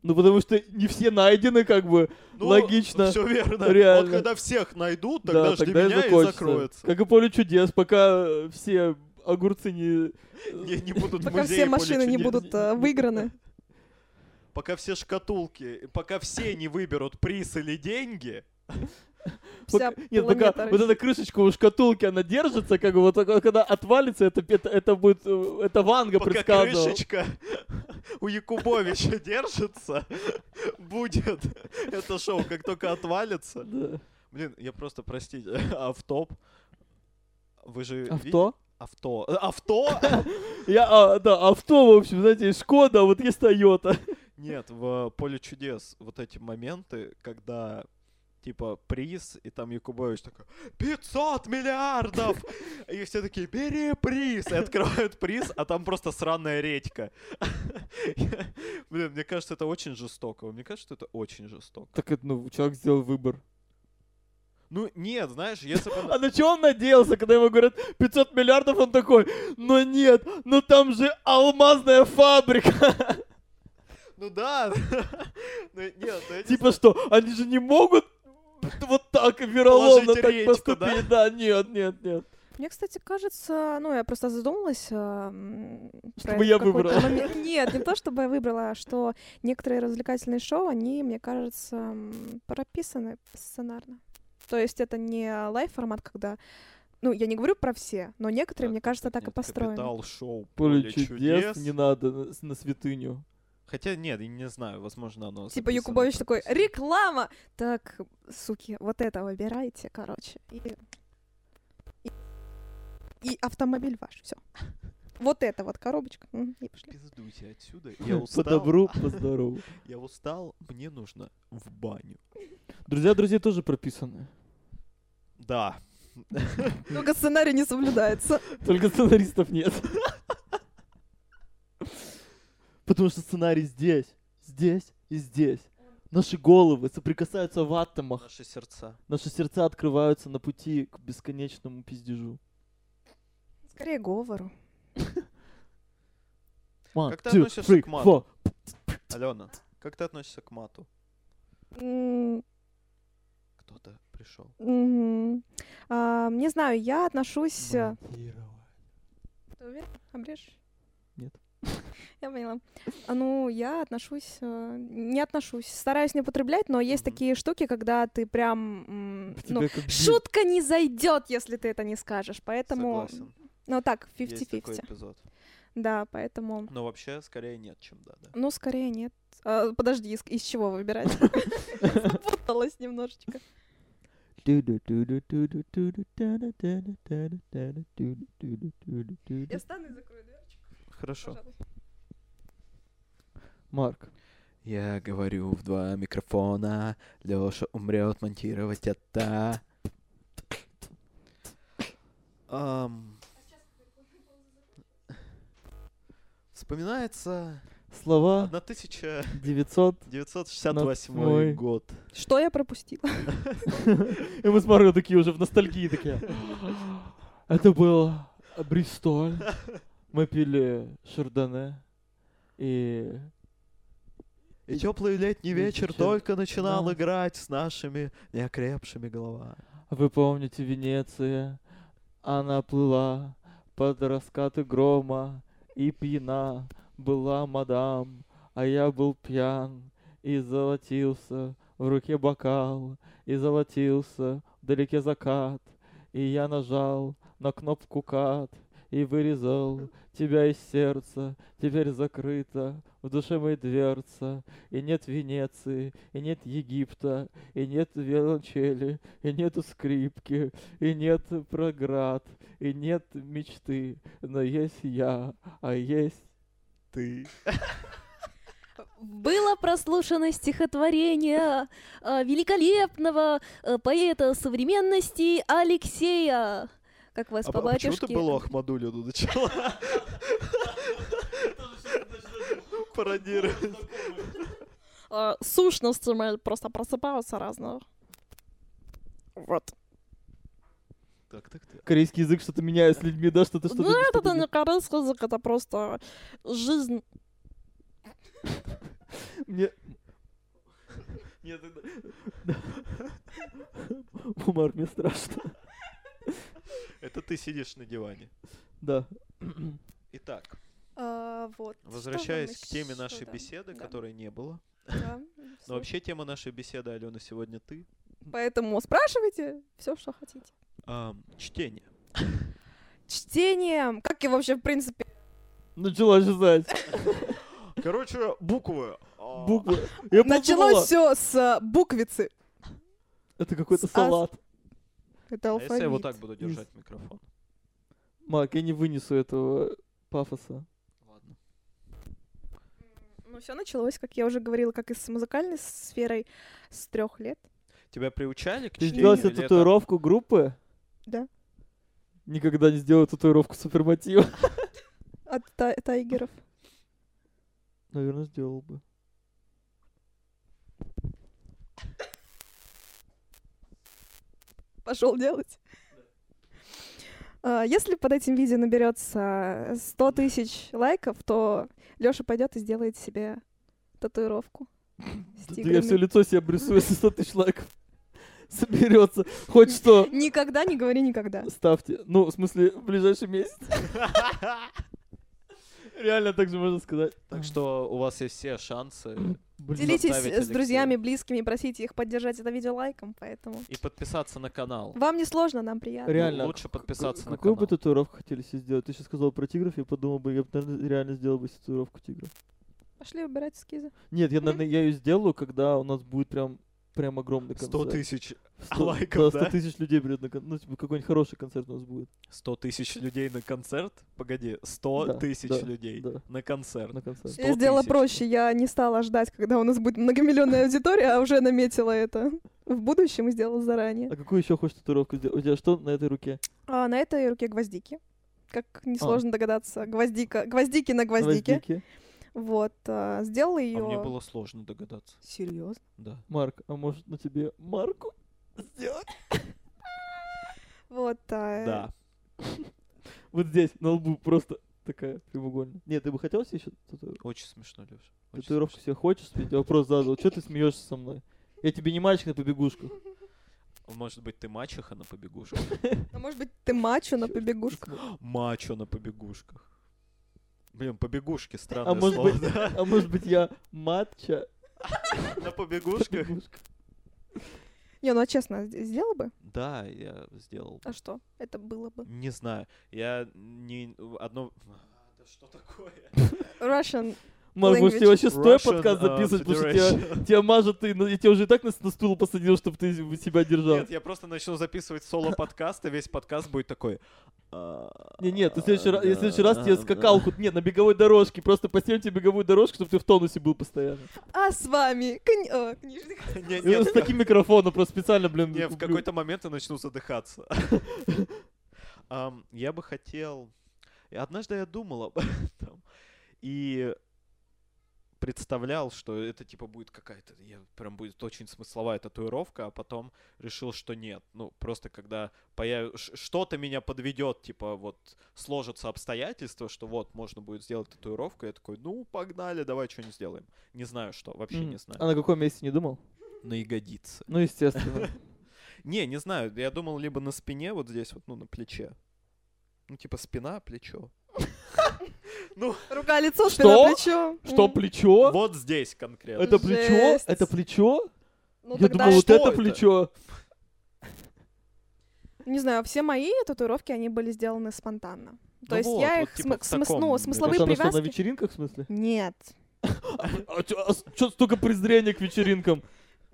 S7: Ну, потому что не все найдены, как бы. Логично.
S2: Все Ну, верно.
S7: Реально.
S2: Вот когда всех найдут,
S7: да,
S2: тогда «Жди
S7: тогда
S2: меня» и
S7: закончится.
S2: закроется.
S7: Как и поле чудес, пока э, все огурцы не...
S2: Не, не будут
S6: Пока
S2: музеи
S6: все
S2: поле
S6: машины не
S2: чудес.
S6: будут э, выиграны.
S2: Пока все шкатулки, пока все не выберут приз или деньги,
S6: Вся
S7: Пока- Нет, пока
S6: планета
S7: вот эта крышечка у шкатулки, она держится, как бы вот так, когда отвалится, это, это, это будет... э, Это Ванга
S2: пока
S7: предсказывал.
S2: крышечка у Якубовича держится, будет это шоу, как только отвалится.
S7: Да.
S2: Блин, я просто, простите, автоп. Вы же... ви-
S7: Авто?
S2: Авто. Э, Авто?
S7: Я, а, да, авто, в общем, знаете, есть Шкода, а вот есть Тойота.
S2: Нет, в «Поле чудес» вот эти моменты, когда типа приз, и там Якубович такой 500 миллиардов! И все такие, бери приз! И открывают приз, а там просто сраная редька. Блин, мне кажется, это очень жестоко. Мне кажется, это очень жестоко.
S7: Так это, ну, человек сделал выбор.
S2: Ну, нет, знаешь, если бы...
S7: А на что он надеялся, когда ему говорят 500 миллиардов, он такой, но нет, но там же алмазная фабрика.
S2: Ну да. Ну, нет, ну, я не
S7: Типа что, они же не могут вот так вероломно
S2: Положить
S7: так
S2: речку,
S7: поступить. Да, нет, нет, нет.
S6: Мне, кстати, кажется, ну, я просто задумалась... а, м, про
S7: Чтобы я
S6: какой-то
S7: выбрала.
S6: момент. Нет, не то, чтобы я выбрала, а что некоторые развлекательные шоу, они, мне кажется, м, прописаны сценарно. То есть это не лайв-формат, когда... Ну, я не говорю про все, но некоторые, мне кажется, так и
S2: Нет,
S6: построены.
S2: Капитал шоу
S7: Поле
S2: «Поле
S7: чудес не надо на- на святыню.
S2: Хотя нет, я не знаю, возможно, оно...
S6: Типа Юкубович такой, реклама! Так, суки, вот это выбирайте, короче. И, и- и автомобиль ваш, все. Вот это вот коробочка. М, И пошли.
S2: Пиздуйте отсюда, я
S7: По
S2: устал.
S7: добру, по здорову.
S2: Я устал, мне нужно в баню.
S7: Друзья, друзей тоже прописаны.
S2: Да.
S9: Только сценарий не соблюдается.
S7: Только сценаристов нет. Потому что сценарий здесь, здесь и здесь. Наши головы соприкасаются в атомах.
S2: Наши сердца.
S7: Наши сердца открываются на пути к бесконечному пиздежу.
S6: Скорее говору.
S7: One,
S2: Как ты
S7: two,
S2: относишься
S7: three,
S2: к мату?
S7: four.
S2: Алена, как ты относишься к мату?
S6: М,
S2: Кто-то пришел.
S6: мгм. А, Не знаю, я отношусь... э, Ты уверен? Обрежешь?
S7: Нет.
S6: Я поняла. А, Ну, я отношусь... э, Не отношусь. Стараюсь не употреблять, но есть
S2: Мгм.
S6: такие штуки, когда ты прям... м, ну,
S7: Тебя как бит.
S6: Шутка не зайдет, если ты это не скажешь. Поэтому...
S2: Согласен.
S6: Ну так,
S2: Есть такой
S6: 50-50.
S2: эпизод.
S6: Да, поэтому...
S2: Но вообще, скорее нет, чем да, да.
S6: Ну, скорее нет. А, подожди, из, из чего выбирать? Запуталась немножечко. Я встану и закрою дверчик.
S2: Хорошо.
S6: пожалуй.
S7: Марк,
S2: Я говорю в два микрофона, Лёша умрет монтировать это. Ам. Вспоминается
S7: слова
S2: 1968
S7: 900. Восьмой.
S2: год.
S6: Что я пропустила?
S7: И мы с Марго такие уже в ностальгии такие. Это был Бристоль. Мы пили Шардоне. И
S2: И теплый летний вечер
S7: Вечер.
S2: только начинал
S7: Да.
S2: играть с нашими неокрепшими головами.
S7: вы помните Венеция. Она плыла под раскаты грома. И пьяна была мадам. А я был пьян и золотился в руке бокал. И золотился вдалеке закат. И я нажал на кнопку кат. И вырезал тебя из сердца, теперь закрыта в душе моей дверца. И нет Венеции, и нет Египта, и нет виолончели, и нету скрипки, и нет проград, и нет мечты. Но есть я, а есть
S2: Ты.
S10: Было прослушано стихотворение э, великолепного э, поэта современности Алексея. Как вас
S2: А,
S10: по
S2: а почему ты
S10: батюшке?
S2: было Ахмадулину начала? Пародировать.
S10: Э, сущности мои просто просыпаются разного. Вот.
S2: Так, так, так.
S7: корейский язык что-то меняет с людьми, да, что-то что-то.
S10: Ну, это
S7: что-то
S10: не корейский язык, это просто жизнь.
S7: Мне...
S2: Нет, это-
S7: Бумар, мне страшно.
S2: это ты сидишь на диване.
S7: Да.
S2: Итак,
S6: А, Вот. что там
S2: возвращаясь к теме
S6: ещё,
S2: нашей
S6: да.
S2: беседы,
S6: Да,
S2: которой не было.
S6: да, ну,
S2: Но вообще тема нашей беседы, Алена, сегодня ты.
S6: Поэтому спрашивайте все, что хотите.
S2: Ам, Чтение.
S6: Чтение. Как я вообще, в принципе,
S7: Начала жезать.
S2: Короче, буквы. А,
S7: Буквы. Я подумала,
S9: Началось все с а, буквицы.
S7: Это какой-то
S9: с аз-
S7: салат.
S9: Это
S2: А если
S9: алфавит.
S2: я вот так буду держать микрофон?
S7: Мак, я не вынесу этого пафоса.
S2: Ладно.
S6: ну, все началось, как я уже говорила, как и с музыкальной сферой с трех лет.
S2: Тебя приучали к
S7: Ты
S2: чтению?
S7: сделал себе
S2: или это-
S7: татуировку группы?
S6: Да.
S7: Никогда не сделаю татуировку супермотива.
S6: От та- тайгеров.
S7: Наверное, сделал бы.
S6: пошел делать. А, Если под этим видео наберется 100 тысяч лайков, то Лёша пойдет и сделает себе татуировку. с
S7: Да я
S6: тиграми.
S7: все лицо себе обрисую, если 100 тысяч лайков соберется. Хоть что,
S6: Никогда не говори никогда.
S7: ставьте. Ну, в смысле, в ближайший месяц. Реально так же можно сказать.
S2: Так что у вас есть все шансы.
S7: Блин.
S6: Делитесь э,
S2: заставить
S6: с
S2: Алексея.
S6: друзьями, близкими, просите их поддержать это видео лайком, поэтому...
S2: И подписаться на канал.
S6: Вам не сложно, нам приятно.
S7: Реально,
S2: Лучше подписаться на
S7: Какую бы
S2: канал.
S7: татуировку хотели себе сделать? Ты сейчас сказал про тигров, я подумал бы, я бы, наверное, эскизы. реально сделал бы себе татуировку тигра.
S6: Пошли убирать эскизы.
S7: Нет, я, наверное, я ее сделаю, когда у нас будет прям прям огромный концерт.
S2: 100 тысяч.
S7: Сто-
S2: лайков,
S7: да? 100
S2: да?
S7: тысяч людей придет на концерт. Ну, типа, какой-нибудь хороший концерт у нас будет
S2: 100 тысяч людей на концерт? Погоди, 100
S7: Да,
S2: тысяч
S7: да,
S2: людей
S7: да.
S2: на концерт.
S7: на концерт.
S2: Сто
S6: Я сделала
S2: тысяч.
S6: проще, я не стала ждать, когда у нас будет многомиллионная аудитория, а уже наметила это в будущем и сделала заранее.
S7: А какую еще хочешь татуировку сделать? У тебя что на этой руке?
S6: А на этой руке гвоздики. Как
S2: А.
S6: несложно догадаться, гвоздика, гвоздики на гвоздике.
S7: Гвоздики.
S6: Вот, а, сделала
S2: А
S6: ее.
S2: мне было сложно догадаться.
S6: Серьезно?
S2: Да.
S7: Марк, а может на тебе марку сделать?
S6: Вот. а,
S2: Да.
S7: Вот здесь, на лбу, просто такая прямоугольная. Нет, ты бы хотел себе еще татуировку?
S2: Очень смешно, Леша. очень
S7: Татуировку себе хочешь? Я тебе вопрос задал. Че ты смеешься со мной? Я тебе не мальчик на побегушках.
S2: смешно. Может быть, ты мачеха на побегушках?
S6: А может быть, ты мачо на побегушках?
S2: Мачо на побегушках. Блин, побегушки странное
S7: А может
S2: слово.
S7: быть-
S2: да?
S7: А может быть я матча?
S2: На побегушках?
S6: Не, ну а честно, с- сделала бы?
S2: Да, я сделал.
S6: А что? Это было бы.
S2: Не знаю. Я не... Одно... А, да Что такое?
S6: Russian.
S7: Марк, может тебе вообще стоя
S2: Russian,
S7: подкаст
S2: а,
S7: записывать, потому что тебя,
S2: Federation.
S7: тебя мажет, и, ну, я тебя уже и так на, на стул посадил, чтобы ты себя держал.
S2: Нет, я просто начну записывать соло-подкаст, и весь подкаст будет такой... а,
S7: Не, нет, ты в следующий, раз, я в следующий
S2: да,
S7: раз тебе
S2: да.
S7: скакалку, нет, на беговой дорожке, просто поставим тебе беговую дорожку, чтобы ты в тонусе был постоянно.
S6: А с вами кни- э, о, книжный клуб.
S2: Не,
S7: И
S2: не,
S7: с таким микрофоном просто специально, блин,
S2: не, в
S7: куплю.
S2: какой-то момент я начну задыхаться. Ам, Я бы хотел... и Однажды я думал об этом. И представлял, что это типа будет какая-то, я- прям будет очень смысловая татуировка, а потом решил, что нет. Ну, просто когда появ- ш- что-то меня подведет, типа вот сложатся обстоятельства, что вот можно будет сделать татуировку, я такой, ну, погнали, давай что-нибудь сделаем. Не знаю что, вообще
S7: М,
S2: не
S7: А
S2: знаю.
S7: на каком месте не думал?
S2: На ягодицы.
S7: Ну, естественно.
S2: Не, не знаю. Я думал, либо на спине, вот здесь, вот, ну, на плече. Ну, типа спина, плечо.
S6: Рука,
S7: Что?
S6: лицо, спина, плечо.
S7: Что,
S6: М.
S7: плечо?
S2: Вот здесь конкретно.
S7: Это плечо?
S6: Жесть.
S7: Это плечо?
S6: Ну,
S7: Я
S6: тогда-
S7: думал, вот
S2: Что
S7: это
S2: это?
S7: плечо.
S6: Не знаю, все мои татуировки, они были сделаны спонтанно. То
S2: Ну
S6: есть
S2: вот,
S6: я
S2: вот
S6: их
S2: типа
S6: смы-
S2: в
S6: смыс-
S2: таком
S6: ну,
S2: мире.
S7: Это
S6: смысловые
S7: она что, на
S6: привязки.
S7: вечеринках, в смысле?
S6: Нет.
S7: А что столько презрения к вечеринкам?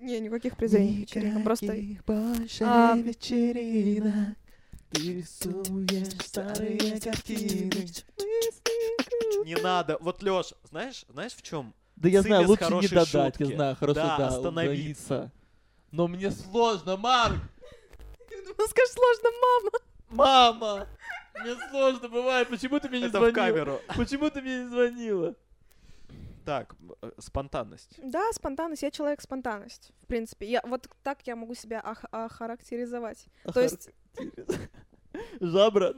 S6: Не, никаких призывов вечеринкам. Просто
S2: больше
S6: А.
S2: вечеринок. Ты рисуешь старые картины. Не надо. Вот, Лёш, знаешь, знаешь в чем?
S7: Да я
S2: Сын
S7: знаю,
S2: из
S7: лучше не
S2: хорошей
S7: додать, я
S2: шутки.
S7: знаю, хорошо,
S2: Да,
S7: да,
S2: остановиться.
S7: удавиться. Но мне сложно, Марк!
S6: Скажешь, сложно, мама.
S7: Мама! Мне сложно бывает, почему ты мне не
S2: Это в
S7: звонила?
S2: камеру.
S7: Почему ты мне не звонила?
S2: Так, э, спонтанность.
S6: Да, спонтанность. Я человек спонтанность, в принципе. Я, вот так я могу себя ох- охарактеризовать. То есть,
S7: Жабра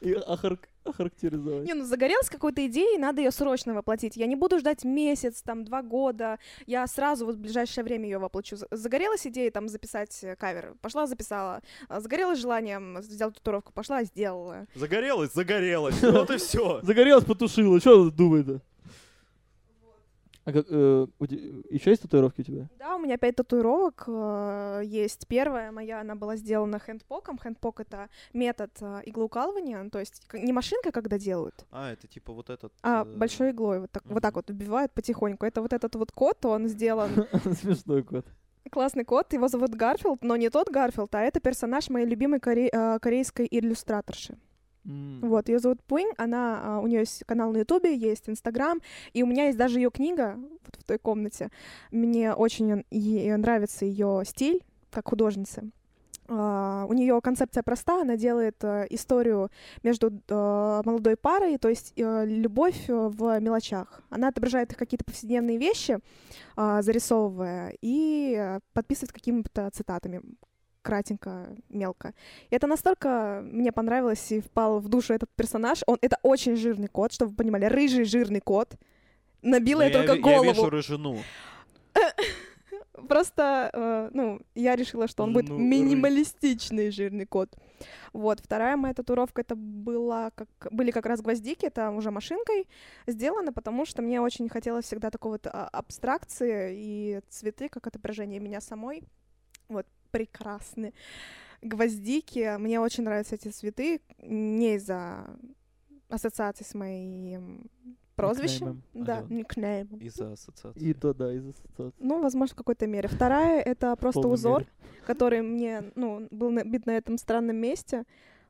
S7: и охар- охарактеризовать.
S6: не, ну, загорелась какой-то идеей, надо ее срочно воплотить. Я не буду ждать месяц, там, два года. Я сразу вот в ближайшее время ее воплочу. З- Загорелась идея, там, записать э, кавер. Пошла, записала. А, Загорелась желанием сделать татуировку. Пошла, сделала.
S2: Загорелась, загорелась. Вот и все.
S7: Загорелась, потушила, что думает-то? А как, еще есть татуировки у тебя?
S6: Да, у меня пять татуировок э, есть. Первая моя, она была сделана хендпоком. Хендпок — это метод э, иглоукалывания, то есть к- не машинка, когда делают,
S2: А, это типа вот этот...
S6: А,
S2: э,
S6: большой иглой вот так, вот так
S2: мгм.
S6: вот убивают потихоньку. Это вот этот вот кот, он сделан.
S7: Смешной кот.
S6: Классный кот, его зовут Гарфилд, но не тот Гарфилд, а это персонаж моей любимой коре- э, корейской иллюстраторши.
S7: М.
S6: Вот, ее зовут Пуинь, она, а, у нее есть канал на Ютубе, есть Инстаграм, и у меня есть даже ее книга вот в той комнате. Мне очень он- е- нравится ее стиль как художницы. а, у нее концепция проста, она делает э, историю между э, молодой парой, то есть э, любовь э, в мелочах. Она отображает их какие-то повседневные вещи, а, зарисовывая, и э, подписывает какими-то цитатами кратенько, мелко. И это настолько мне понравилось и впал в душу этот персонаж. Он это очень жирный кот, чтобы вы понимали, рыжий жирный кот. Набила я,
S2: ну, я,
S6: только
S2: ви- я
S6: голову.
S2: вижу рыжину.
S6: Просто, э, ну, я решила, что он будет
S2: Ну,
S6: минималистичный жирный кот. Вот, вторая моя татуировка, это была как, были как раз гвоздики, это уже машинкой сделано, потому что мне очень хотелось всегда такой вот а, абстракции и цветы, как отображение меня самой. Вот, прекрасны. Гвоздики, мне очень нравятся эти цветы, не из-за ассоциаций с моим прозвищем.
S7: Никнеймом.
S6: Да,
S2: Алена.
S6: никнеймом.
S2: Из-за ассоциации.
S7: И то, да, из ассоциации.
S6: Ну, возможно, в какой-то мере. Вторая — это просто
S7: полной
S6: узор,
S7: мере.
S6: который мне, ну, был набит на этом странном месте.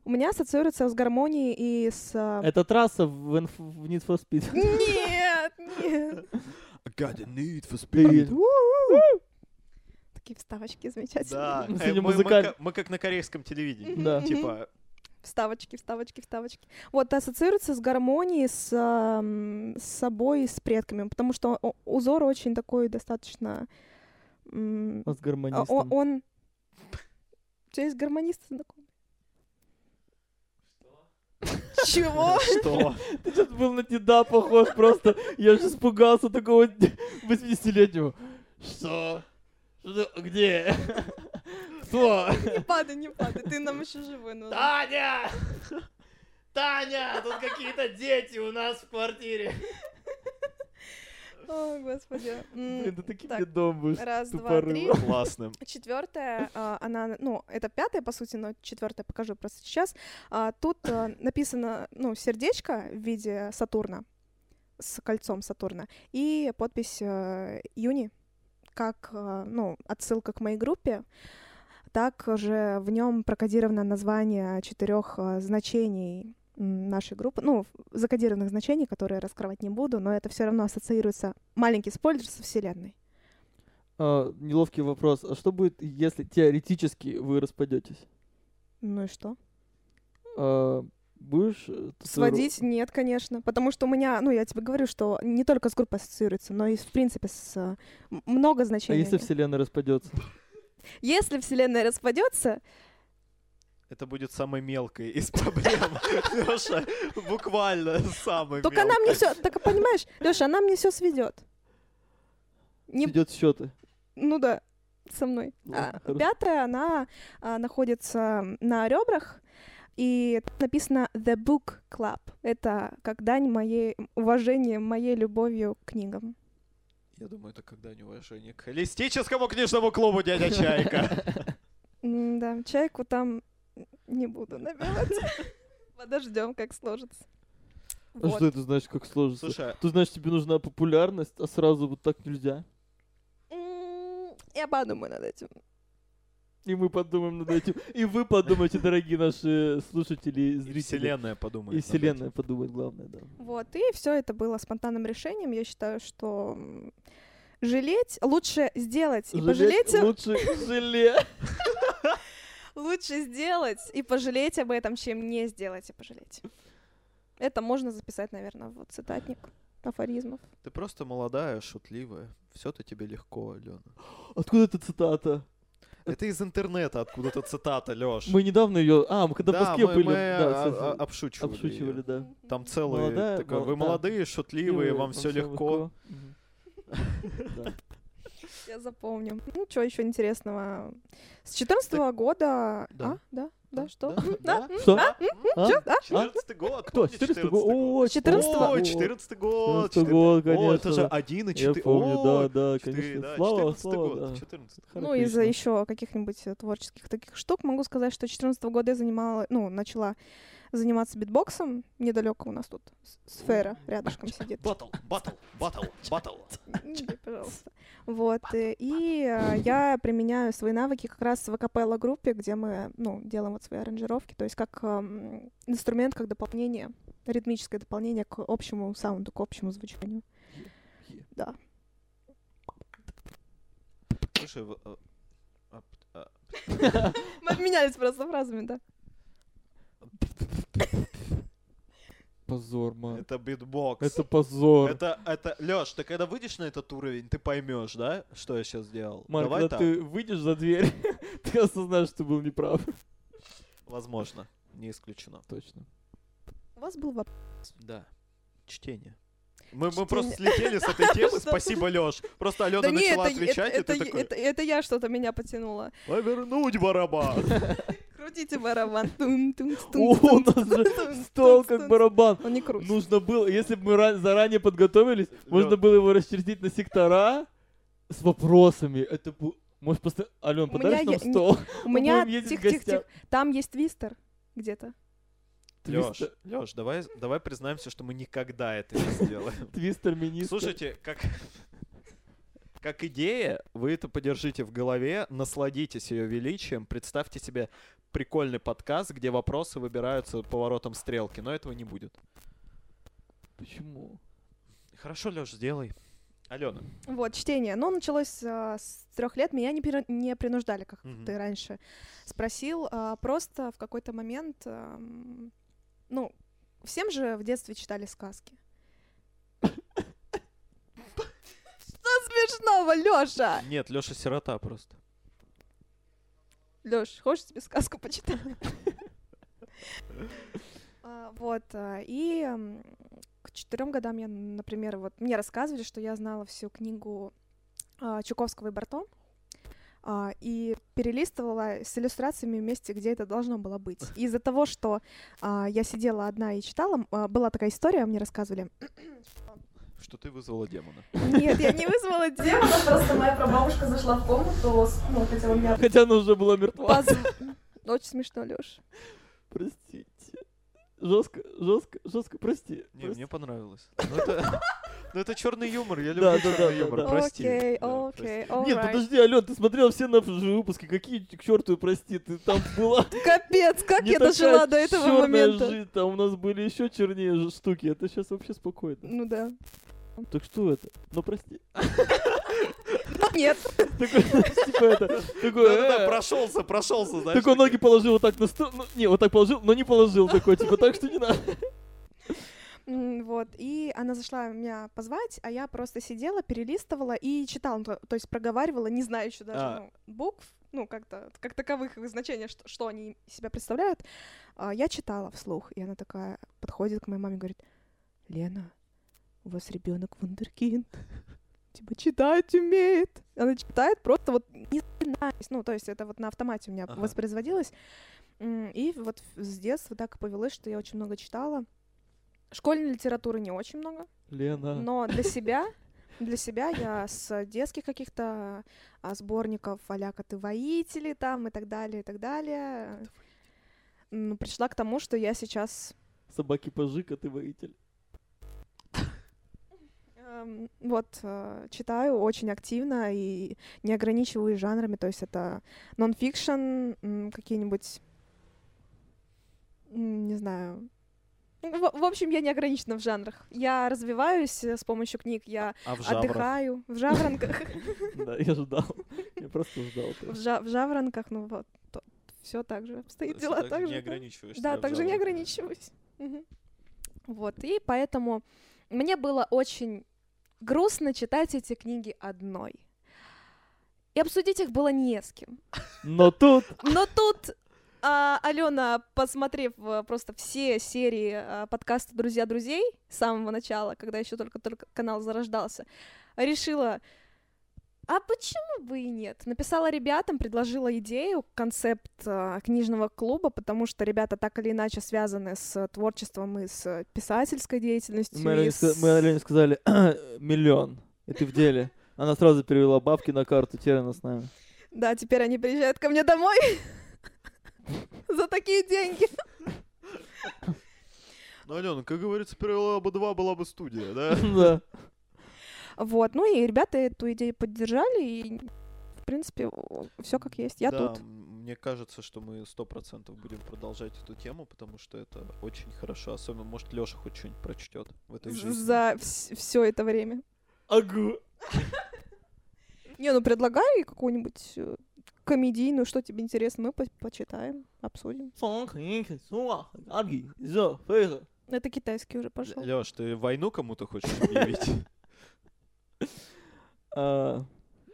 S6: У меня ассоциируется с гармонией и с... а,
S7: Это трасса в Inf- в Need for Speed.
S6: Нет, нет.
S2: I got a need for
S7: Привет.
S2: speed.
S6: Такие вставочки замечательные.
S2: Да,
S7: С
S2: э,
S7: этим
S2: мы, мы
S7: музыкаль-
S2: ка- мы как на корейском телевидении.
S7: Да.
S6: Мгм.
S2: Типа,
S6: Вставочки, вставочки, вставочки. Вот, ассоциируется с гармонией, с, а, м, с собой, и с предками, потому что о- узор очень такой достаточно... м,
S7: А с
S6: а, о-
S7: гармонистом.
S6: Он... У тебя есть гармонист знакомый? Чего?
S2: что?
S7: Ты сейчас был на деда похож просто. Я же испугался такого 80-летнего. Что? Что ты- Где? Кто?
S9: Не падай, не падай, ты нам еще живой нужен.
S7: Таня! Таня! Тут какие-то дети у нас в квартире.
S6: О, господи. М,
S7: Блин, ты таким
S6: так,
S7: дедом будешь.
S6: Раз, два,
S7: тупорылым.
S6: три.
S2: Классным.
S6: Четвертая, она, ну, это пятая, по сути, но четвертая покажу просто сейчас. А, Тут а, написано, ну, сердечко в виде Сатурна, с кольцом Сатурна, и подпись э, Юни, как, а, ну, отсылка к моей группе. Также в нем прокодировано название четырех значений м, нашей группы, ну, в- закодированных значений, которые я раскрывать не буду, но это все равно ассоциируется маленький спойлер со Вселенной.
S7: А, Неловкий вопрос. А что будет, если теоретически вы распадетесь?
S6: Ну и что?
S7: А, Будешь э, татуиров-
S6: Сводить? Нет, конечно. Потому что у меня, ну, я тебе говорю, что не только с группой ассоциируется, но и, в принципе, с э, м- много
S7: А
S6: значений.
S7: если вселенная распадется?
S6: Если Вселенная распадется,
S2: Это будет самой мелкой из проблем, Лёша. Буквально самой
S6: только она
S2: мелкой.
S6: мне все. Так понимаешь, Леша, она мне все сведет. Не...
S7: Идет счеты.
S6: Ну да, со мной.
S7: Ладно,
S6: А,
S7: хорошо.
S6: пятая, она а, находится на ребрах. И тут написано The Book Club. Это как дань моей уважение моей любовью к книгам.
S2: Я думаю, это когда не уважение к холистическому книжному клубу дядя Чайка.
S6: М, Да, чайку там не буду набивать. Подождем, как сложится.
S7: А что это значит, как сложится?
S2: Слушай, а
S7: Тут, значит, тебе нужна популярность, а сразу вот так нельзя.
S6: М, Я подумаю над этим.
S7: И мы подумаем над этим. И вы подумайте, дорогие наши слушатели и
S2: и
S7: зрители.
S2: вселенная подумает.
S7: И
S2: над
S7: вселенная подумает, главное, да.
S6: Вот, и все это было спонтанным решением. Я считаю, что м, жалеть лучше сделать и
S7: Жалеть
S6: пожалеть. о-
S7: Лучше жале.
S6: Лучше сделать и пожалеть об этом, чем не сделать и пожалеть. Это можно записать, наверное, в цитатник афоризмов.
S2: этим. Ты просто молодая, шутливая. Все-то тебе легко, Алена.
S7: Откуда эта цитата?
S2: Это из интернета откуда-то цитата, Лёш.
S7: Мы недавно ее... А, мы когда в
S2: да,
S7: Москве
S2: мы,
S7: были,
S2: мы,
S7: да,
S2: а,
S7: всё-
S2: а, обшучивали.
S7: обшучивали,
S2: её.
S7: да.
S2: Там целый
S7: Молодая,
S2: такой,
S7: мол-
S2: вы
S7: да.
S2: молодые, шутливые, вам
S7: всё
S2: все легко.
S7: Мгм.
S6: Я запомню. Ну, что еще интересного? С 14 года...
S2: Да.
S6: А, да? Да, что?
S2: Да?
S7: Что? А? А?
S2: 14 год.
S7: Кто?
S2: помните
S7: 14
S2: 14-й
S7: год? О,
S6: 14
S7: о,
S2: Ой, 14 год.
S7: 14 год,
S2: О, это же
S7: конечно.
S2: 1 и 4.
S7: Я помню, да, да,
S2: Четыре,
S7: конечно.
S2: да,
S7: Слава,
S2: 14
S7: слава, да.
S2: год, 14.
S6: Ну, из-за
S7: Характерно.
S6: еще каких-нибудь э, творческих таких штук могу сказать, что 14 года я занимала, ну, начала заниматься битбоксом. Недалеко у нас тут с- сфера рядышком сидит.
S2: Баттл, баттл, баттл, баттл.
S6: Не бей, пожалуйста. Вот, э, и э, я применяю свои навыки как раз в акапелла группе, где мы, ну, делаем вот свои аранжировки, то есть как эм, инструмент, как дополнение, ритмическое дополнение к общему саунду, к общему звучанию.
S2: э, Слушай, в- а, а, а,
S10: Мы обменялись просто фразами, да.
S7: Позор, ман.
S2: Это битбокс.
S7: А. Это позор.
S2: Это, это, Лёш, ты когда выйдешь на этот уровень, ты поймешь, да, что я сейчас сделал?
S7: Марк,
S2: Давай
S7: когда
S2: так.
S7: ты выйдешь за дверь, ты осознаешь, что ты был неправ.
S2: Возможно, не исключено.
S7: Точно.
S6: У вас был вопрос.
S2: Да. Чтение. Мы, мы
S6: Чтение.
S2: просто слетели с этой темы, спасибо, Лёш. Просто Алена
S10: Да не,
S2: начала
S10: это,
S2: отвечать, и
S10: это,
S2: ты
S10: это,
S2: такой,
S10: это- это я что-то меня потянула.
S2: повернуть барабан.
S10: Крутите барабан. Тум, тум,
S7: О,
S10: тум,
S7: у
S10: тум,
S7: нас же
S10: тум,
S7: стол
S10: тум,
S7: как
S10: тум.
S7: барабан. Ну,
S10: Он не крутит.
S7: Нужно было, если бы мы ра- заранее подготовились, можно
S2: Лёд.
S7: было его расчертить на сектора с вопросами. Это бу- Может, просто... Ален,
S6: У меня
S7: подаришь нам
S6: я- не-
S7: стол?
S6: У меня...
S7: будем ездить в
S6: Тихо-тихо-тихо.
S7: гостях.
S6: Там есть твистер где-то.
S2: Лёш,
S7: Твистер-
S2: Лёш, давай, давай признаемся, что мы никогда это не сделаем.
S7: Твистер министр.
S2: Слушайте, как... Как идея, вы это подержите в голове, насладитесь ее величием, представьте себе прикольный подкаст, где вопросы выбираются поворотом стрелки, но этого не будет.
S7: Почему?
S2: Хорошо, Лёш, сделай. Алена.
S6: Вот, чтение. Но началось а, с трех лет. Меня не, пере- не принуждали, как
S2: Мгм.
S6: ты раньше спросил. а, просто в какой-то момент... ам, ну, всем же в детстве читали сказки.
S10: Что смешного,
S7: А.
S10: Лёша?
S2: Нет, Лёша сирота просто.
S10: Лёш, хочешь тебе сказку почитать?
S6: А, Вот, а, и м, к четырем годам я, например, вот мне рассказывали, что я знала всю книгу а, Чуковского и Барто, а, и перелистывала с иллюстрациями вместе, где это должно было быть. И Из-за того, что а, я сидела одна и читала, м, а, была такая история, мне рассказывали.
S2: Что ты вызвала демона?
S6: Нет, я не вызвала
S3: Где у нас просто моя прабабушка зашла в комнату, с- ну, хотя у меня
S7: Хотя она уже была мертва.
S10: Поз- Очень смешно, Лёш.
S7: Простите. Жестко, жестко, жестко, прости.
S2: Не,
S7: прости.
S2: мне понравилось. Ну это, ну это черный юмор, я
S7: Да,
S2: люблю
S7: да, да,
S2: черный
S7: да,
S2: юмор,
S7: да.
S2: прости.
S10: Окей,
S2: Да,
S10: окей,
S2: прости.
S7: Нет,
S10: alright.
S7: подожди, Ален, ты смотрела все наши выпуски, какие к черту, прости, ты там была.
S10: Капец, как
S7: не
S10: я
S7: такая
S10: дожила до этого
S7: чёрная
S10: момента.
S7: жизнь, там у нас были еще чернее ж- штуки, это сейчас вообще спокойно.
S10: Ну да.
S7: Так что это? Ну прости.
S10: Нет,
S7: Такой, типа это, такой,
S2: Да-да-да,
S7: э,
S2: прошелся, прошелся, знаешь.
S7: такой
S2: такой.
S7: ноги положил вот так на стол, ну, не, вот так положил, но не положил такой, типа так, что не надо.
S6: М, Вот, и она зашла меня позвать, а я просто сидела, перелистывала и читала, ну, то, то есть проговаривала, не знаю еще даже
S2: А.
S6: ну, букв, ну, как-то, как таковых их значений, что, что они из себя представляют. А, я читала вслух, и она такая подходит к моей маме и говорит, Лена, у вас ребенок вундеркинд, типа читать умеет. Она читает просто вот не знаюсь, ну, то есть это вот на автомате у меня
S2: Ага.
S6: воспроизводилось. М, И вот с детства так и повелось, что я очень много читала. Школьной литературы не очень много,
S7: Лена,
S6: но для себя, для себя я с детских каких-то а, сборников а-ля «Коты-воители» там и так далее, и так далее, м, пришла к тому, что я сейчас...
S7: собаки пожика, ты воитель.
S6: эм, Вот, э, читаю очень активно и не ограничиваюсь жанрами, то есть это нон-фикшн, м, какие-нибудь, м, не знаю,
S10: Ну, В, в общем, я не ограничена в жанрах. Я развиваюсь э, с помощью книг, я
S2: А в жабрах?
S6: отдыхаю в жаворонках,
S7: Да, я ждал, я просто ждал.
S6: в жа- в жаворонках, ну вот, все так же обстоит дела, так
S2: не
S6: же. да.
S2: ограничиваешься.
S6: Да,
S2: в
S6: также не
S2: жабрах.
S6: ограничиваюсь. Мгм. Вот, и поэтому мне было очень грустно читать эти книги одной.
S10: и обсудить их было не с кем.
S7: Но тут
S10: Но тут а, Алена, посмотрев а, просто все серии а, подкаста Друзья друзей с самого начала, когда еще только-только канал зарождался, решила. А почему бы и нет? Написала ребятам, предложила идею, концепт а, книжного клуба, потому что ребята так или иначе связаны с э, творчеством и с э, писательской деятельностью.
S7: Мы
S10: и
S7: Алене, ска-
S10: с-
S7: мы Алене сказали миллион, и ты в деле. Она сразу перевела бабки на карту, теперь она с нами.
S10: Да, теперь они приезжают ко мне домой за такие деньги.
S2: Ну, Алена, как говорится, перевела бы два, была бы студия, да?
S7: Да.
S6: Вот, ну и ребята эту идею поддержали, и, в принципе, все как есть, я
S2: Да,
S6: тут.
S2: м, мне кажется, что мы сто процентов будем продолжать эту тему, потому что это очень хорошо. Особенно, может, Леша хоть что-нибудь прочтет в этой жизни.
S10: За все это время.
S7: Агу.
S6: Не, ну предлагай какую-нибудь э,
S11: комедийную, что тебе интересно, мы по- почитаем, обсудим. Это китайский уже пошел.
S2: Леш, ты войну кому-то хочешь объявить?
S7: А,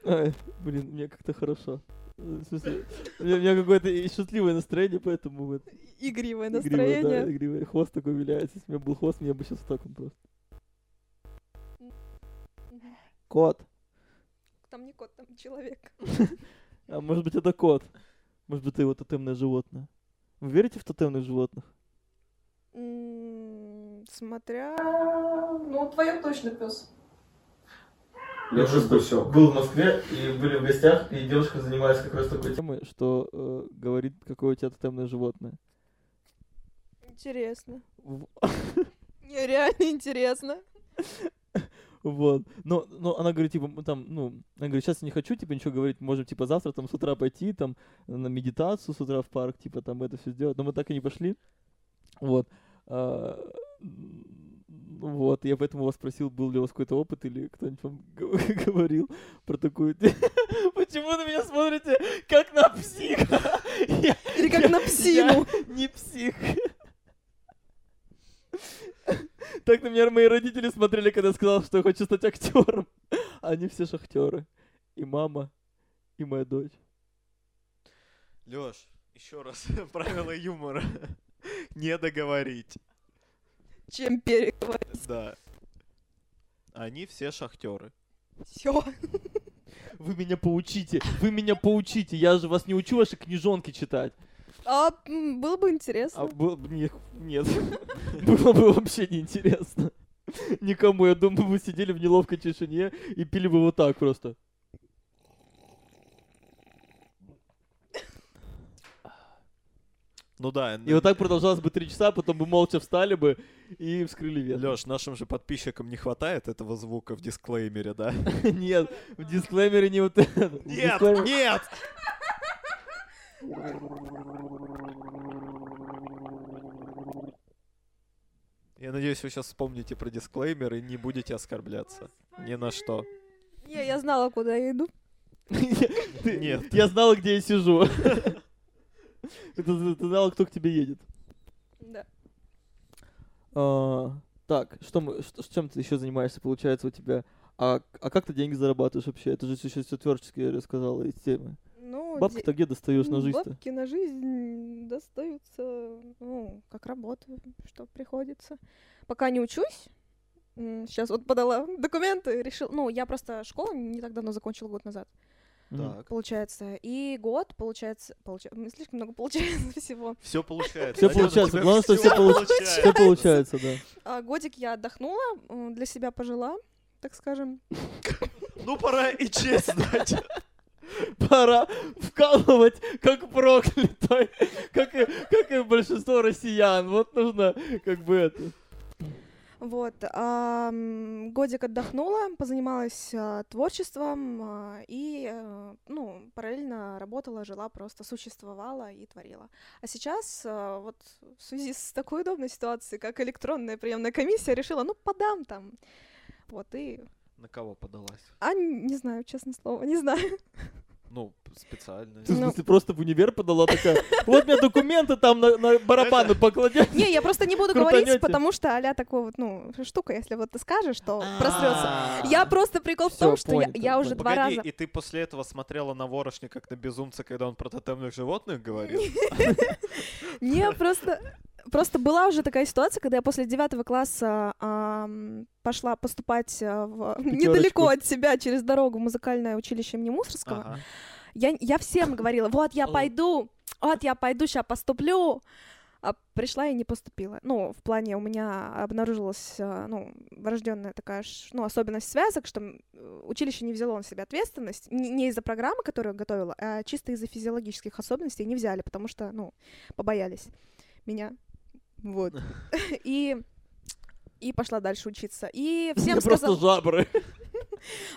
S7: э, Блин, мне как-то хорошо. Э, В смысле, у меня, у меня какое-то и шутливое настроение, поэтому вот
S11: Игривое
S7: игривое,
S11: настроение.
S7: да, игривое. Хвост такой виляется. Если у меня был хвост, я бы сейчас вот так вот просто. Кот.
S6: Там не кот, там человек.
S7: А может быть это кот? Может быть это его тотемное животное? Вы верите в тотемных животных?
S11: М, Смотря...
S3: А, Ну, твое точно пес.
S12: Леша
S1: был-
S12: Гусёк.
S1: Был в Москве, и были в гостях, и девушка занималась как раз такой
S7: Темы, что э, говорит, какое у тебя тотемное животное.
S6: Интересно.
S7: В-
S6: Не, реально интересно.
S7: Вот. Но, но она говорит, типа, м, там, ну, она говорит, сейчас не хочу, типа, ничего говорить, можем, типа, завтра там с утра пойти, там, на медитацию с утра в парк, типа, там, это все сделать. Но мы так и не пошли. Вот. А, м, Вот, я поэтому вас спросил, был ли у вас какой-то опыт или кто-нибудь вам г- говорил про такую... Почему на меня смотрите как на психа? Я-
S11: Или как на
S7: я-
S11: псину.
S7: я не псих. Так, например, мои родители смотрели, когда я сказал, что я хочу стать актером. Они все шахтеры. И мама, и моя дочь.
S2: Леш, еще раз, правила юмора. Не договорить.
S11: Чем перек...
S2: Да. Они все шахтеры.
S11: Все.
S7: Вы меня поучите, вы меня поучите. Я же вас не учу ваши книжонки читать.
S6: А, м, было бы
S7: А
S6: интересно.
S7: было бы... не- Нет. Было бы вообще неинтересно. Никому, я думаю, вы сидели в неловкой тишине и пили бы вот так просто.
S2: Ну да,
S7: И вот так продолжалось бы три часа, потом бы молча встали бы и вскрыли вены.
S2: Леш, нашим же подписчикам не хватает этого звука в дисклеймере, да?
S7: Нет, в дисклеймере не вот это. В
S2: Нет,
S7: дисклеймере-
S2: нет! Я надеюсь, вы сейчас вспомните про дисклеймер и не будете оскорбляться. Ни на что.
S6: Не, я знала, куда я иду.
S7: Ты-
S2: Нет.
S7: Я знала, где я сижу. Это з- Ты знала, кто к тебе едет.
S6: Да.
S7: А, Так, что мы, что- с чем ты еще занимаешься, получается, у тебя? А, а как ты деньги зарабатываешь вообще? Это же еще все творчески рассказала из темы.
S11: Ну,
S7: Бабки-то где достаешь на
S11: Ну,
S7: жизнь-то?
S11: Бабки на жизнь достаются, ну, как работаю, что приходится.
S6: Пока не учусь, сейчас вот подала документы, решил. Ну, я просто школу не так давно закончила год назад.
S7: Мгм.
S2: Так.
S6: Получается, и год, получается, получа- м, слишком много получается всего.
S2: Все получается.
S7: Всё
S2: Алена,
S7: получается,
S2: тебя
S7: главное, что
S2: всё
S7: всё получ-
S2: получается.
S7: Все получается, да.
S6: А, годик я отдохнула, м, для себя пожила, так скажем.
S2: Ну, пора и честь знать.
S7: Пора вкалывать, как проклятой, как и, как и большинство россиян. Вот нужно как бы это.
S11: Вот, а, м, годик отдохнула, позанималась а, творчеством а, и, э, ну, параллельно работала, жила, просто существовала и творила.
S6: А сейчас, а, вот в связи с такой удобной ситуацией, как электронная приемная комиссия, решила, ну, подам там. Вот, и...
S2: На кого подалась?
S6: А, н- не знаю, честное слово, не знаю.
S2: Ну, специально.
S7: Ты, в
S6: Ну.
S7: смысле, просто в универ подала такая, вот у меня документы там на, на барабаны покладешь.
S6: Не, я просто не буду говорить,
S7: Крутанёте.
S6: потому что а такой вот, ну, штука, если вот ты скажешь, то просрется. Я просто прикол в
S7: Всё,
S6: том, что я-
S7: понято,
S6: я уже
S7: понято.
S6: два
S2: Ну, Погоди,
S6: раза...
S2: и ты после этого смотрела на Ворошня как на безумца, когда он про тотемных животных говорил?
S6: Не, просто... Просто была уже такая ситуация, когда я после девятого класса ам, пошла поступать а, в- недалеко от себя через дорогу в музыкальное училище имени Мусорского.
S2: Ага.
S6: Я, я всем говорила, вот я
S7: Алло.
S6: пойду, вот я пойду, сейчас поступлю. А пришла и не поступила. Ну, в плане у меня обнаружилась, э, ну, врожденная такая, ш- ну, особенность связок, что м, э, училище не взяло на себя ответственность, не, не из-за программы, которую готовила, а чисто из-за физиологических особенностей не взяли, потому что, ну, побоялись меня.
S13: Вот.
S6: И и пошла дальше учиться. И всем
S7: Я просто
S6: сказала...
S7: жабры.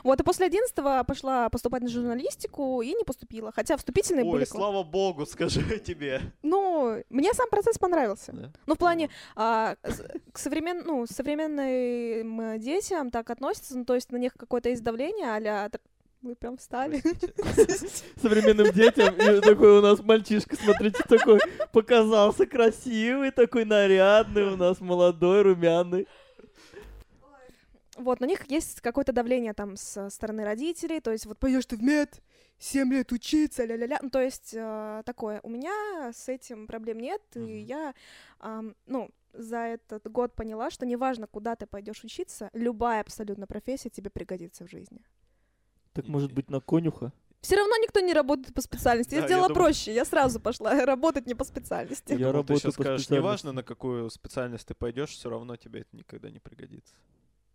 S6: Вот, и после 11 пошла поступать на журналистику и не поступила. Хотя вступительные были...
S2: Ой,
S6: кла-
S2: слава богу, скажи тебе.
S6: Ну, мне сам процесс понравился.
S2: Да?
S6: Ну, в плане, а, с- к современ... ну, современным э, детям так относятся, ну, то есть на них какое-то издавление а-ля... тр- мы прям встали.
S7: современным детям. И такой у нас мальчишка, смотрите, такой показался красивый, такой нарядный у нас, молодой, румяный.
S6: Вот, на них есть какое-то давление там со стороны родителей, то есть вот
S14: Пойдешь ты в мед, 7 лет учиться, ля-ля-ля.
S6: ля-ля-ля. Ну, то есть э, такое. У меня с этим проблем нет, и я, ам, ну, за этот год поняла, что неважно, куда ты пойдешь учиться, любая абсолютно профессия тебе пригодится в жизни.
S7: Так может быть на конюха?
S6: Все равно никто не работает по специальности. Я
S2: Да, я
S6: сделала
S2: думал-
S6: проще, я сразу пошла работать не по специальности.
S7: Я
S2: думал, ты
S7: работаю
S2: сейчас
S7: по
S2: скажешь,
S7: специальности.
S2: неважно, на какую специальность ты пойдешь, все равно тебе это никогда не пригодится.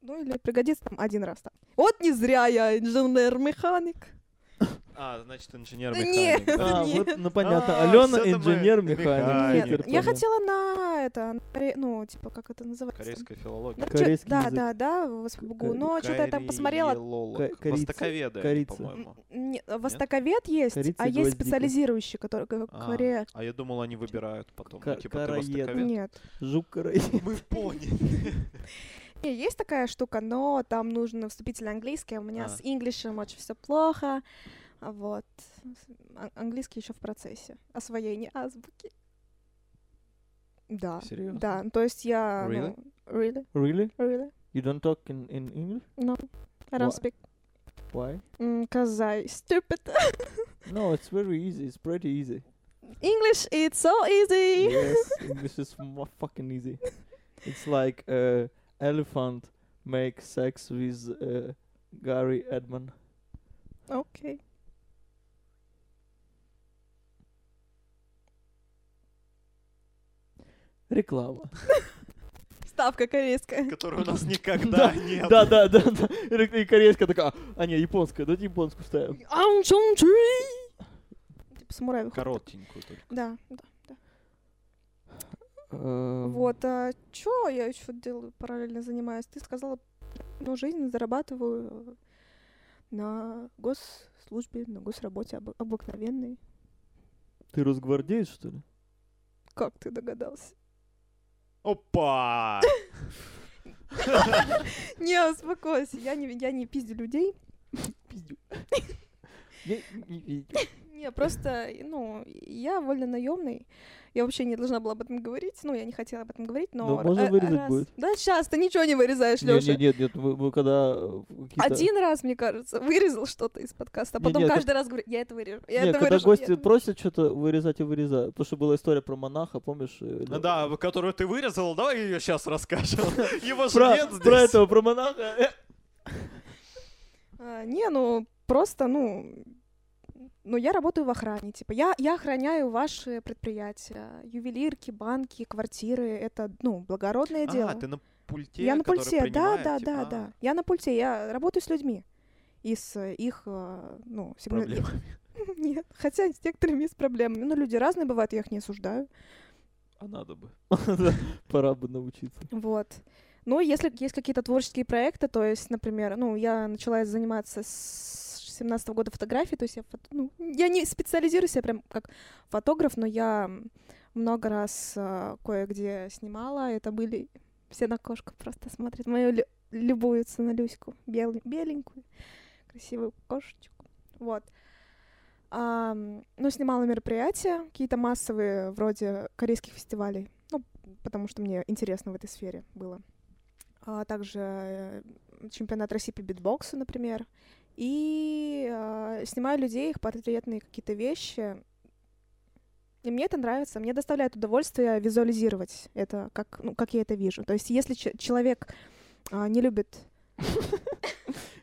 S6: Ну или пригодится там один раз там. Вот не зря я инженер-механик.
S2: А, значит, инженер
S6: Да нет,
S2: механик. да?
S7: А,
S6: Нет.
S7: вот, ну понятно.
S2: А,
S7: Алена
S2: всё-то мы
S7: инженер-механик.
S2: механики.
S7: Питер,
S6: Нет, я
S7: понятно.
S6: хотела на это, на коре- ну, типа, как это называется? там?
S2: Корейская филология.
S6: Да, чё-
S7: Корейский
S6: да,
S7: язык.
S6: да, да, Востоковед. Но что-то ну, а я там посмотрела.
S7: Ка-
S2: Кориелолог.
S7: корица-
S2: Востоковеды они,
S7: корица.
S2: по-моему.
S6: Не, востоковед есть,
S7: Корица
S6: а
S7: и
S6: есть
S7: гвоздика.
S6: специализирующий, который г-
S2: А,
S6: коре...
S2: А я думал, они выбирают потом.
S7: Ка-
S2: Ну, типа, ты
S7: караед.
S2: востоковед.
S6: Нет.
S7: Жук Корей.
S2: Мы поняли.
S6: Не, есть такая штука, но там нужен вступительный английский, а у меня
S2: А.
S6: с инглишем очень все плохо. А Вот. Ан- Английский еще в процессе освоения азбуки.
S14: Да.
S2: Серьезно?
S6: Да, ну, то есть я...
S2: Really?
S6: ну, really?
S7: Really?
S6: Really?
S7: You don't talk in, in English?
S6: I don't
S7: Wha-
S6: speak.
S7: Why?
S6: Mm, 'cause I stupid.
S7: No, it's very easy. It's pretty easy.
S6: English, it's so easy.
S7: Yes, English is more fucking easy. It's like uh, elephant make sex with uh, Gary Edman.
S6: Окей.
S7: Реклама.
S6: Ставка корейская.
S2: Которой у нас никогда нет.
S7: Да, да, да, да. И и корейская такая, а не, японская, давайте японскую ставим.
S6: Ам, чум, чуй. Типа самурай выходит.
S2: Коротенькую только.
S6: Да, да, да.
S7: Эм,
S6: Вот, а чё я еще делаю, параллельно занимаюсь? Ты сказала, ну, жизнь зарабатываю э, на госслужбе, на госработе обы- обыкновенной.
S7: Ты росгвардеец, что ли?
S6: Как ты догадался?
S2: Опа!
S6: Не, успокойся, я не, я не пиздю людей.
S7: Пиздю. Я не видел.
S6: Не, просто, ну, я вольно наемный. Я вообще не должна была об этом говорить. Ну, я не хотела об этом говорить, но...
S7: Да можно
S6: р- э,
S7: вырезать
S6: раз-
S7: будет.
S6: Да сейчас ты ничего не вырезаешь,
S7: Не,
S6: Лёша.
S7: не, нет, нет, вы, вы когда э, какие-то-
S6: Один раз, мне кажется, вырезал что-то из подкаста, а
S7: Не,
S6: потом
S7: не,
S6: каждый раз говорю, я это вырежу, я
S7: Не,
S6: это
S7: когда
S6: вырежу. я
S7: гости
S6: это вырежу».
S7: просят что-то вырезать и вырезаю. Потому что была история про монаха, помнишь? э,
S2: Ну Да, в- которую ты вырезал, давай ее сейчас расскажем. Его же
S7: Про,
S2: нет здесь.
S7: про этого, про монаха. Э,
S6: А, не, ну, просто, ну, ну, я работаю в охране, типа, я, я охраняю ваши предприятия, ювелирки, банки, квартиры, это, ну, благородное дело.
S2: А, ты на пульте,
S6: я на
S2: который
S6: пульте, да,
S2: принимает,
S6: да,
S2: типа,
S6: да,
S2: а,
S6: да, я на пульте, я работаю с людьми из э, их, э, ну, сигна-
S2: Проблема.
S6: Нет, хотя с некоторыми есть проблемы, ну, люди разные бывают, я их не осуждаю.
S2: А надо бы.
S7: Да, Пора бы научиться.
S6: Вот. Ну, если есть какие-то творческие проекты, то есть, например, ну, я начала заниматься с 17 года фотографией, то есть я, фото- ну, я не специализируюсь, я прям как фотограф, но я много раз а, кое-где снимала, это были... Все на кошку просто смотрят, мою лю- любуются на Люську, бел- беленькую, красивую кошечку, вот. А, м, ну, снимала мероприятия, какие-то массовые, вроде корейских фестивалей, ну, потому что мне интересно в этой сфере было. А также э, чемпионат России по битбоксу, например. И э, снимаю людей, их портретные какие-то вещи. И мне это нравится. Мне доставляет удовольствие визуализировать это, как, ну, как я это вижу. То есть если че- человек а, не любит...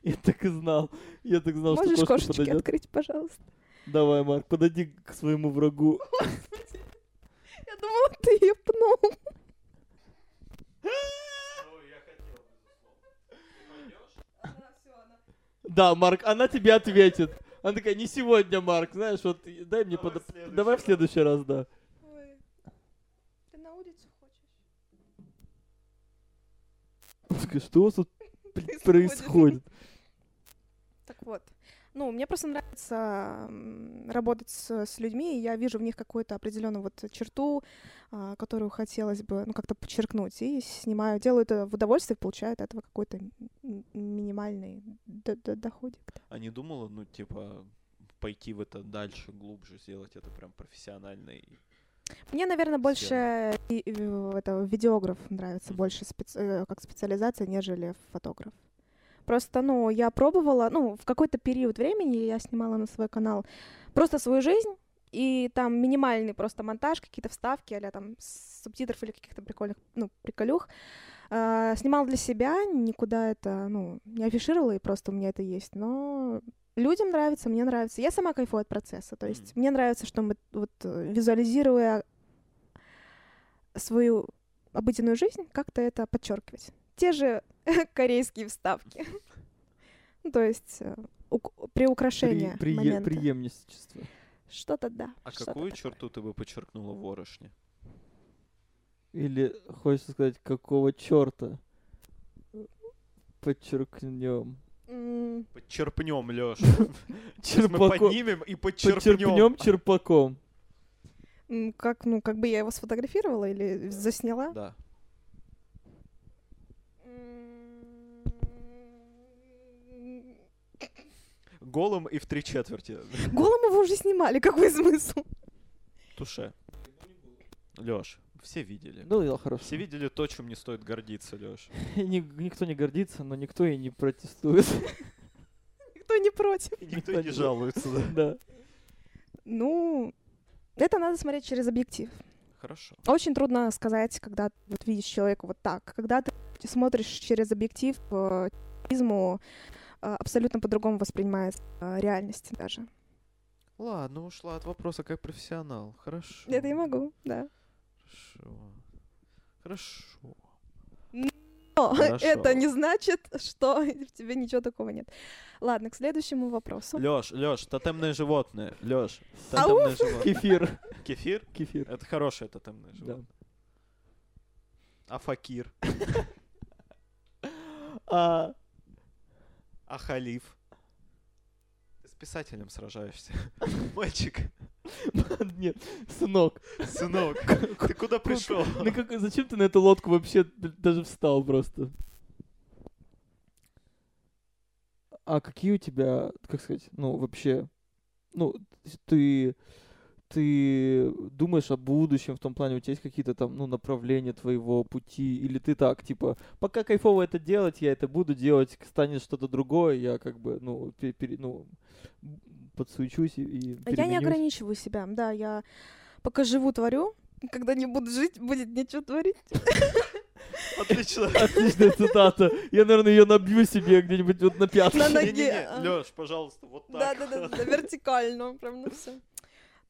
S7: Я так и знал. Я так знал,
S6: Можешь
S7: что кошка
S6: кошечки
S7: подойдет.
S6: открыть, пожалуйста?
S7: Давай, Марк, подойди к своему врагу.
S6: Я думала, ты ее пнул.
S7: Да, Марк, она тебе ответит. Она такая, не сегодня, Марк, знаешь, вот и дай мне под... Давай в следующий раз, да.
S6: Ты на улицу хочешь?
S7: Он такой, Что у вас тут блин, происходит?
S6: Так вот. Ну, мне просто нравится м, работать с, с людьми, и я вижу в них какую-то определенную вот черту, а, которую хотелось бы, ну, как-то подчеркнуть, и снимаю, делаю это в удовольствие, получаю от этого какой-то м- м- минимальный до- до- доходик.
S2: А не думала, ну, типа, пойти в это дальше, глубже, сделать это прям профессионально? и-
S6: Мне, наверное, больше и- и в- это, видеограф нравится
S2: Мгм.
S6: больше спец- э, как специализация, нежели фотограф. Просто, ну, я пробовала, ну, в какой-то период времени я снимала на свой канал просто свою жизнь, и там минимальный просто монтаж, какие-то вставки, а там с- субтитров или каких-то прикольных, ну, приколюх. А, снимала для себя, никуда это, ну, не афишировала, и просто у меня это есть, но людям нравится, мне нравится. Я сама кайфую от процесса. То есть мне нравится, что мы вот э, визуализируя свою обыденную жизнь, как-то это подчеркивать. Те же корейские вставки. Ну, То есть э, ук- приукрашение
S7: При- прие-
S6: момента.
S7: Преемничество.
S6: Что-то да.
S2: А
S6: что-то
S2: какую
S6: такое.
S2: черту ты бы подчеркнула в Орошне?
S7: Или хочется сказать, какого черта? Подчеркнем.
S6: М,
S2: Подчерпнем, Лёш. Мы
S7: Черпаком.
S2: поднимем и подчерпнем.
S7: Подчерпнем черпаком.
S6: м, Как, ну, как бы я его сфотографировала или засняла?
S2: Да.
S6: М,
S2: Голым и в три четверти.
S6: Голым его уже снимали, какой смысл?
S2: Туше. Лёш, все видели.
S7: Ну, я хорошо.
S2: Все видели то, чем не стоит гордиться, Лёш.
S7: Ни- никто не гордится, но никто и не протестует.
S6: Никто не против.
S2: И никто и не жалуется, да.
S7: Да.
S6: Ну, это надо смотреть через объектив.
S2: Хорошо.
S6: Очень трудно сказать, когда ты вот видишь человека вот так. Когда ты смотришь через объектив, э, призму, э, абсолютно по-другому воспринимается э, реальность даже.
S2: Ладно, ушла от вопроса как профессионал. Хорошо.
S6: Это я могу, да.
S2: Хорошо. Хорошо.
S10: Но
S2: Хорошо.
S10: это не значит, что в тебе ничего такого нет.
S6: Ладно, к следующему вопросу.
S2: Лёш, Лёш, тотемное животное. Лёш, тотемное животное.
S7: Кефир.
S2: Кефир?
S7: Кефир.
S2: Это хорошее тотемное
S7: Да.
S2: животное. А факир?
S7: А,
S2: А халиф? Ты с писателем сражаешься. Мальчик,
S7: нет, сынок.
S2: сынок, ты куда пришел?
S7: Ну, как- зачем ты на эту лодку вообще даже встал просто? А какие у тебя, как сказать, ну, вообще, ну, ты, ты думаешь о будущем в том плане, у тебя есть какие-то там, ну, направления твоего пути, или ты так, типа, пока кайфово это делать, я это буду делать, к- станет что-то другое, я как бы, ну, пере- пере- ну м, подсуечусь и, и
S6: Я не
S7: переменюсь.
S6: ограничиваю себя, да, я пока живу, творю. Когда не буду жить, будет нечего творить.
S2: Отлично.
S7: Отличная цитата. Я, наверное, ее набью себе где-нибудь вот на пятке.
S10: На ноге. а.
S2: Леш, пожалуйста, вот
S10: Да,
S2: так.
S10: да, да, да, вертикально, прям на все.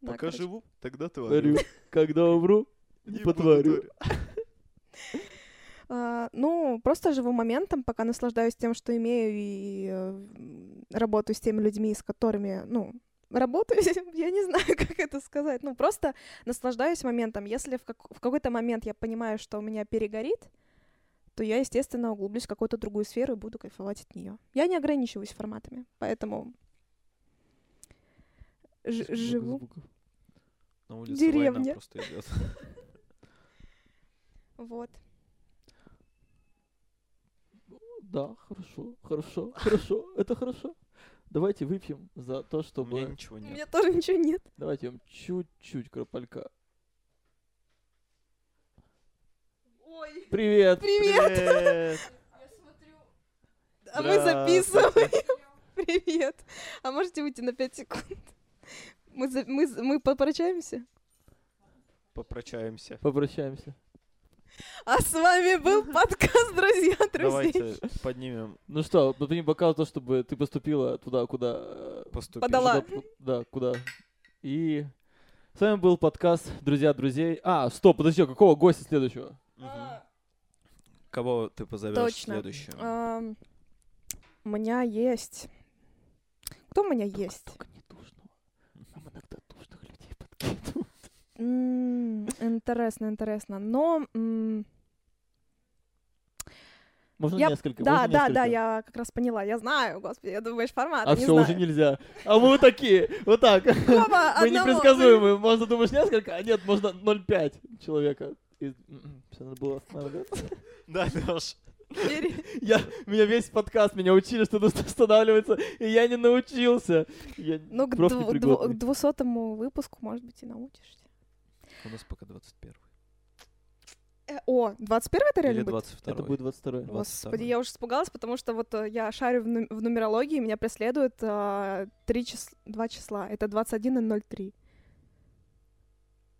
S2: Пока живу, тогда
S7: Говорю,
S2: творю.
S7: когда умру,
S2: Не буду
S7: потворю.
S2: творить.
S6: А, Ну, просто живу моментом, пока наслаждаюсь тем, что имею, и э, м, работаю с теми людьми, с которыми, ну, работаю, я не знаю, как это сказать. Ну, просто наслаждаюсь моментом. Если в, как- в какой-то момент я понимаю, что у меня перегорит, то я, естественно, углублюсь в какую-то другую сферу и буду кайфовать от нее. Я не ограничиваюсь форматами, поэтому ж-
S7: Много
S6: живу.
S7: звуков.
S2: На улице
S6: Деревня.
S2: война просто идет.
S6: Вот.
S7: Да, хорошо, хорошо, хорошо, это хорошо. Давайте выпьем за
S2: У
S7: то,
S2: меня
S7: чтобы...
S2: ничего
S10: У
S2: нет.
S10: меня тоже ничего нет.
S7: Давайте вам чуть-чуть крапалька.
S10: Ой,
S7: Привет!
S10: привет!
S2: Привет!
S10: А мы записываем. Привет. А можете выйти на 5 секунд? Мы, за- мы, за- мы попрощаемся?
S2: Попрощаемся.
S7: Попрощаемся.
S10: А с вами был подкаст «Друзья друзей».
S2: Давайте поднимем.
S7: Ну что, подними бокал то, чтобы ты поступила туда, куда... э,
S2: Поступим.
S10: Подала.
S7: куда п- Да, куда. И... С вами был подкаст «Друзья друзей». А, стоп, подожди, а какого гостя следующего?
S2: Мгм. Кого ты позовешь
S6: Точно. А.
S2: следующего?
S6: Ам, У меня есть... Кто у меня есть?
S7: Только не душного. Нам иногда душных людей подкидывают.
S6: М, Интересно, интересно. Но м,
S7: Можно
S10: Я-
S7: несколько?
S10: Да,
S7: можно
S10: да, да,
S7: несколько?
S10: я как раз поняла. Я знаю, господи, я думаешь, формат,
S7: А
S10: не
S7: все,
S10: знаю.
S7: уже нельзя. А мы вот такие, вот так.
S10: Хоба,
S7: Мы
S10: одного,
S7: непредсказуемые. Можно, думаешь, несколько, а нет, можно 0,5 человека. И... Все, надо было останавливаться.
S2: Да, Лёш.
S10: блин,
S7: Я, меня весь подкаст, меня учили, что нужно останавливаться, и я не научился. Я
S10: Ну, к
S7: проф
S10: дву- дву-
S7: непригодный.
S10: к двухсотому выпуску, может быть, и научишься.
S2: У нас пока 21
S6: Э, О, 21 это
S2: Или
S6: реально будет?
S2: 22
S7: Это будет 22
S2: 22.
S10: Господи, я уже испугалась, потому что вот э, я шарю в, нум- в нумерологии, меня преследует э, три чис- два числа. Это 21 и 03.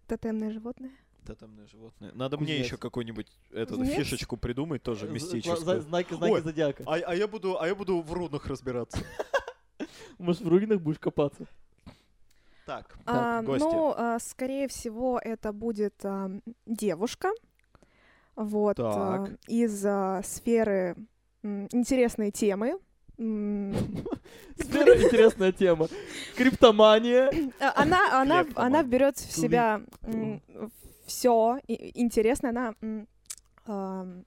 S10: Тотемное животное.
S2: Тотемное животное. Надо мне
S7: Кузнец.
S2: еще какую-нибудь эту
S10: Кузнец?
S2: фишечку придумать, тоже мистическую.
S7: Знаки,
S2: Ой.
S7: знаки зодиака.
S2: А, а я буду, а я буду в рунах разбираться.
S7: Может, в руинах будешь копаться?
S2: Так,
S10: А,
S2: гости.
S6: ну,
S2: Ну,
S6: а, скорее всего, это будет а,
S10: э,
S6: девушка. Вот. а,
S2: Так.
S6: из
S10: э,
S6: а, сферы м, интересной темы. М,
S7: Сфера интересная тема. Криптомания.
S6: а, Она, она,
S2: Хлеб,
S6: она
S2: по-моему.
S6: берет в себя все интересное. Она м, ам,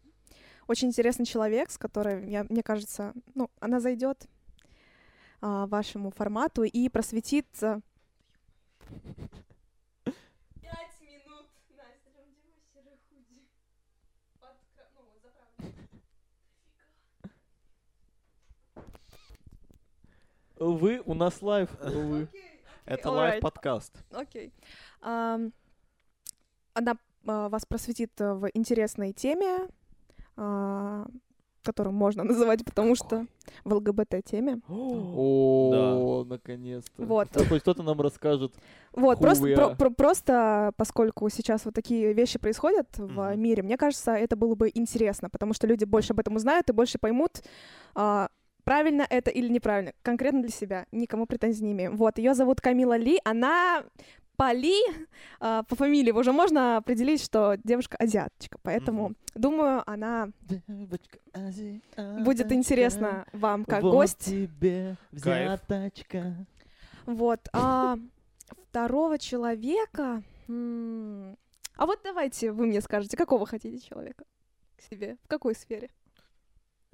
S6: очень интересный человек, с которой, я, мне кажется, ну, она зайдет а, вашему формату и просветит а,
S10: Пять минут, Настя, серый худи.
S7: Вы у нас лайв. Вы.
S2: это
S10: alright.
S2: лайв-подкаст.
S10: Окей.
S6: Ам, Она а, вас просветит а, в интересной теме, а, которую можно называть, потому что в ЛГБТ-теме.
S7: О, наконец-то.
S6: Вот.
S7: Да, Хоть кто-то нам расскажет.
S6: Вот, просто, про-
S7: Хуя.
S6: про- просто поскольку сейчас вот такие вещи происходят в
S2: Мгм.
S6: мире, мне кажется, это было бы интересно, потому что люди больше об этом узнают и больше поймут, а, правильно это или неправильно, конкретно для себя, никому претензий не имею. Вот, ее зовут Камила Ли, она по Ли, а, по фамилии уже можно определить, что девушка азиаточка, поэтому,
S2: Мгм.
S6: думаю, она будет интересна вам как гость.
S7: тебе
S2: Кайф.
S7: взяточка.
S6: Вот. А второго человека... м, А вот давайте вы мне скажете, какого хотите человека к себе? В какой сфере?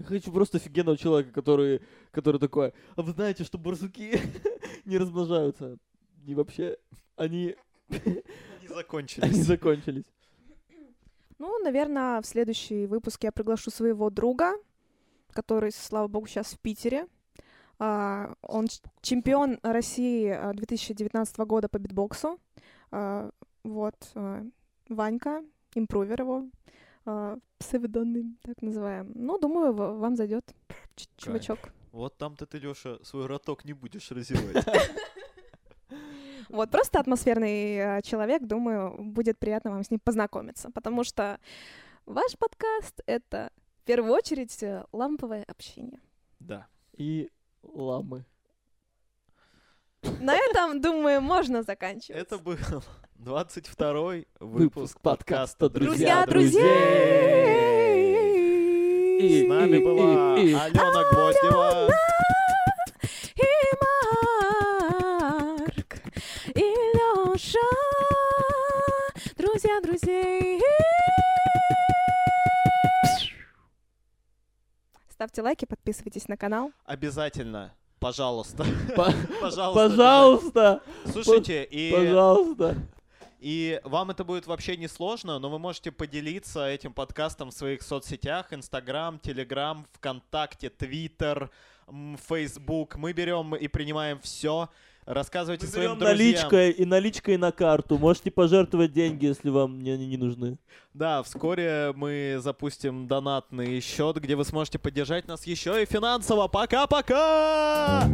S7: Хочу просто офигенного человека, который, который такой, а вы знаете, что барсуки не размножаются. И вообще, они,
S2: Они
S7: они
S2: закончились.
S7: закончились.
S6: Ну, наверное, в следующий выпуск я приглашу своего друга, который, слава богу, сейчас в Питере. А, Он ч- чемпион России а, 2019 года по битбоксу. А, Вот. а, Ванька, импровер его. а, Псевдоним, так называем. Ну, думаю, в- вам зайдет чувачок.
S2: Вот там-то ты, Лёша, свой роток не будешь разевать.
S6: Вот, просто атмосферный э, человек, думаю, будет приятно вам с ним познакомиться, потому что ваш подкаст — это в первую очередь э, ламповое общение.
S2: Да.
S7: И ламы.
S10: На этом, думаю, можно заканчивать.
S2: Это был 22-й
S7: Выпуск
S2: выпуск
S7: подкаста
S2: подкаста
S7: «Друзья
S10: «Друзья
S7: друзей».
S2: С нами была
S7: И- и- и-
S2: Алена Гвоздева.
S10: И Марк, и Лёша, друзья друзей.
S6: Ставьте лайки, подписывайтесь на канал.
S2: Обязательно. Пожалуйста.
S7: Па-
S2: Пожалуйста.
S7: Пожалуйста,
S2: обязательно. Слушайте, и,
S7: пожалуйста.
S2: и вам это будет вообще не сложно, но вы можете поделиться этим подкастом в своих соцсетях. Инстаграм, Телеграм, ВКонтакте, Твиттер, м, Фейсбук. Мы берем и принимаем все. Рассказывайте
S7: Мы
S2: своим
S7: берем
S2: друзьям.
S7: наличкой и наличкой на карту. Можете пожертвовать деньги, если вам не- они не нужны.
S2: Да, вскоре мы запустим донатный счет, где вы сможете поддержать нас еще и финансово. Пока-пока!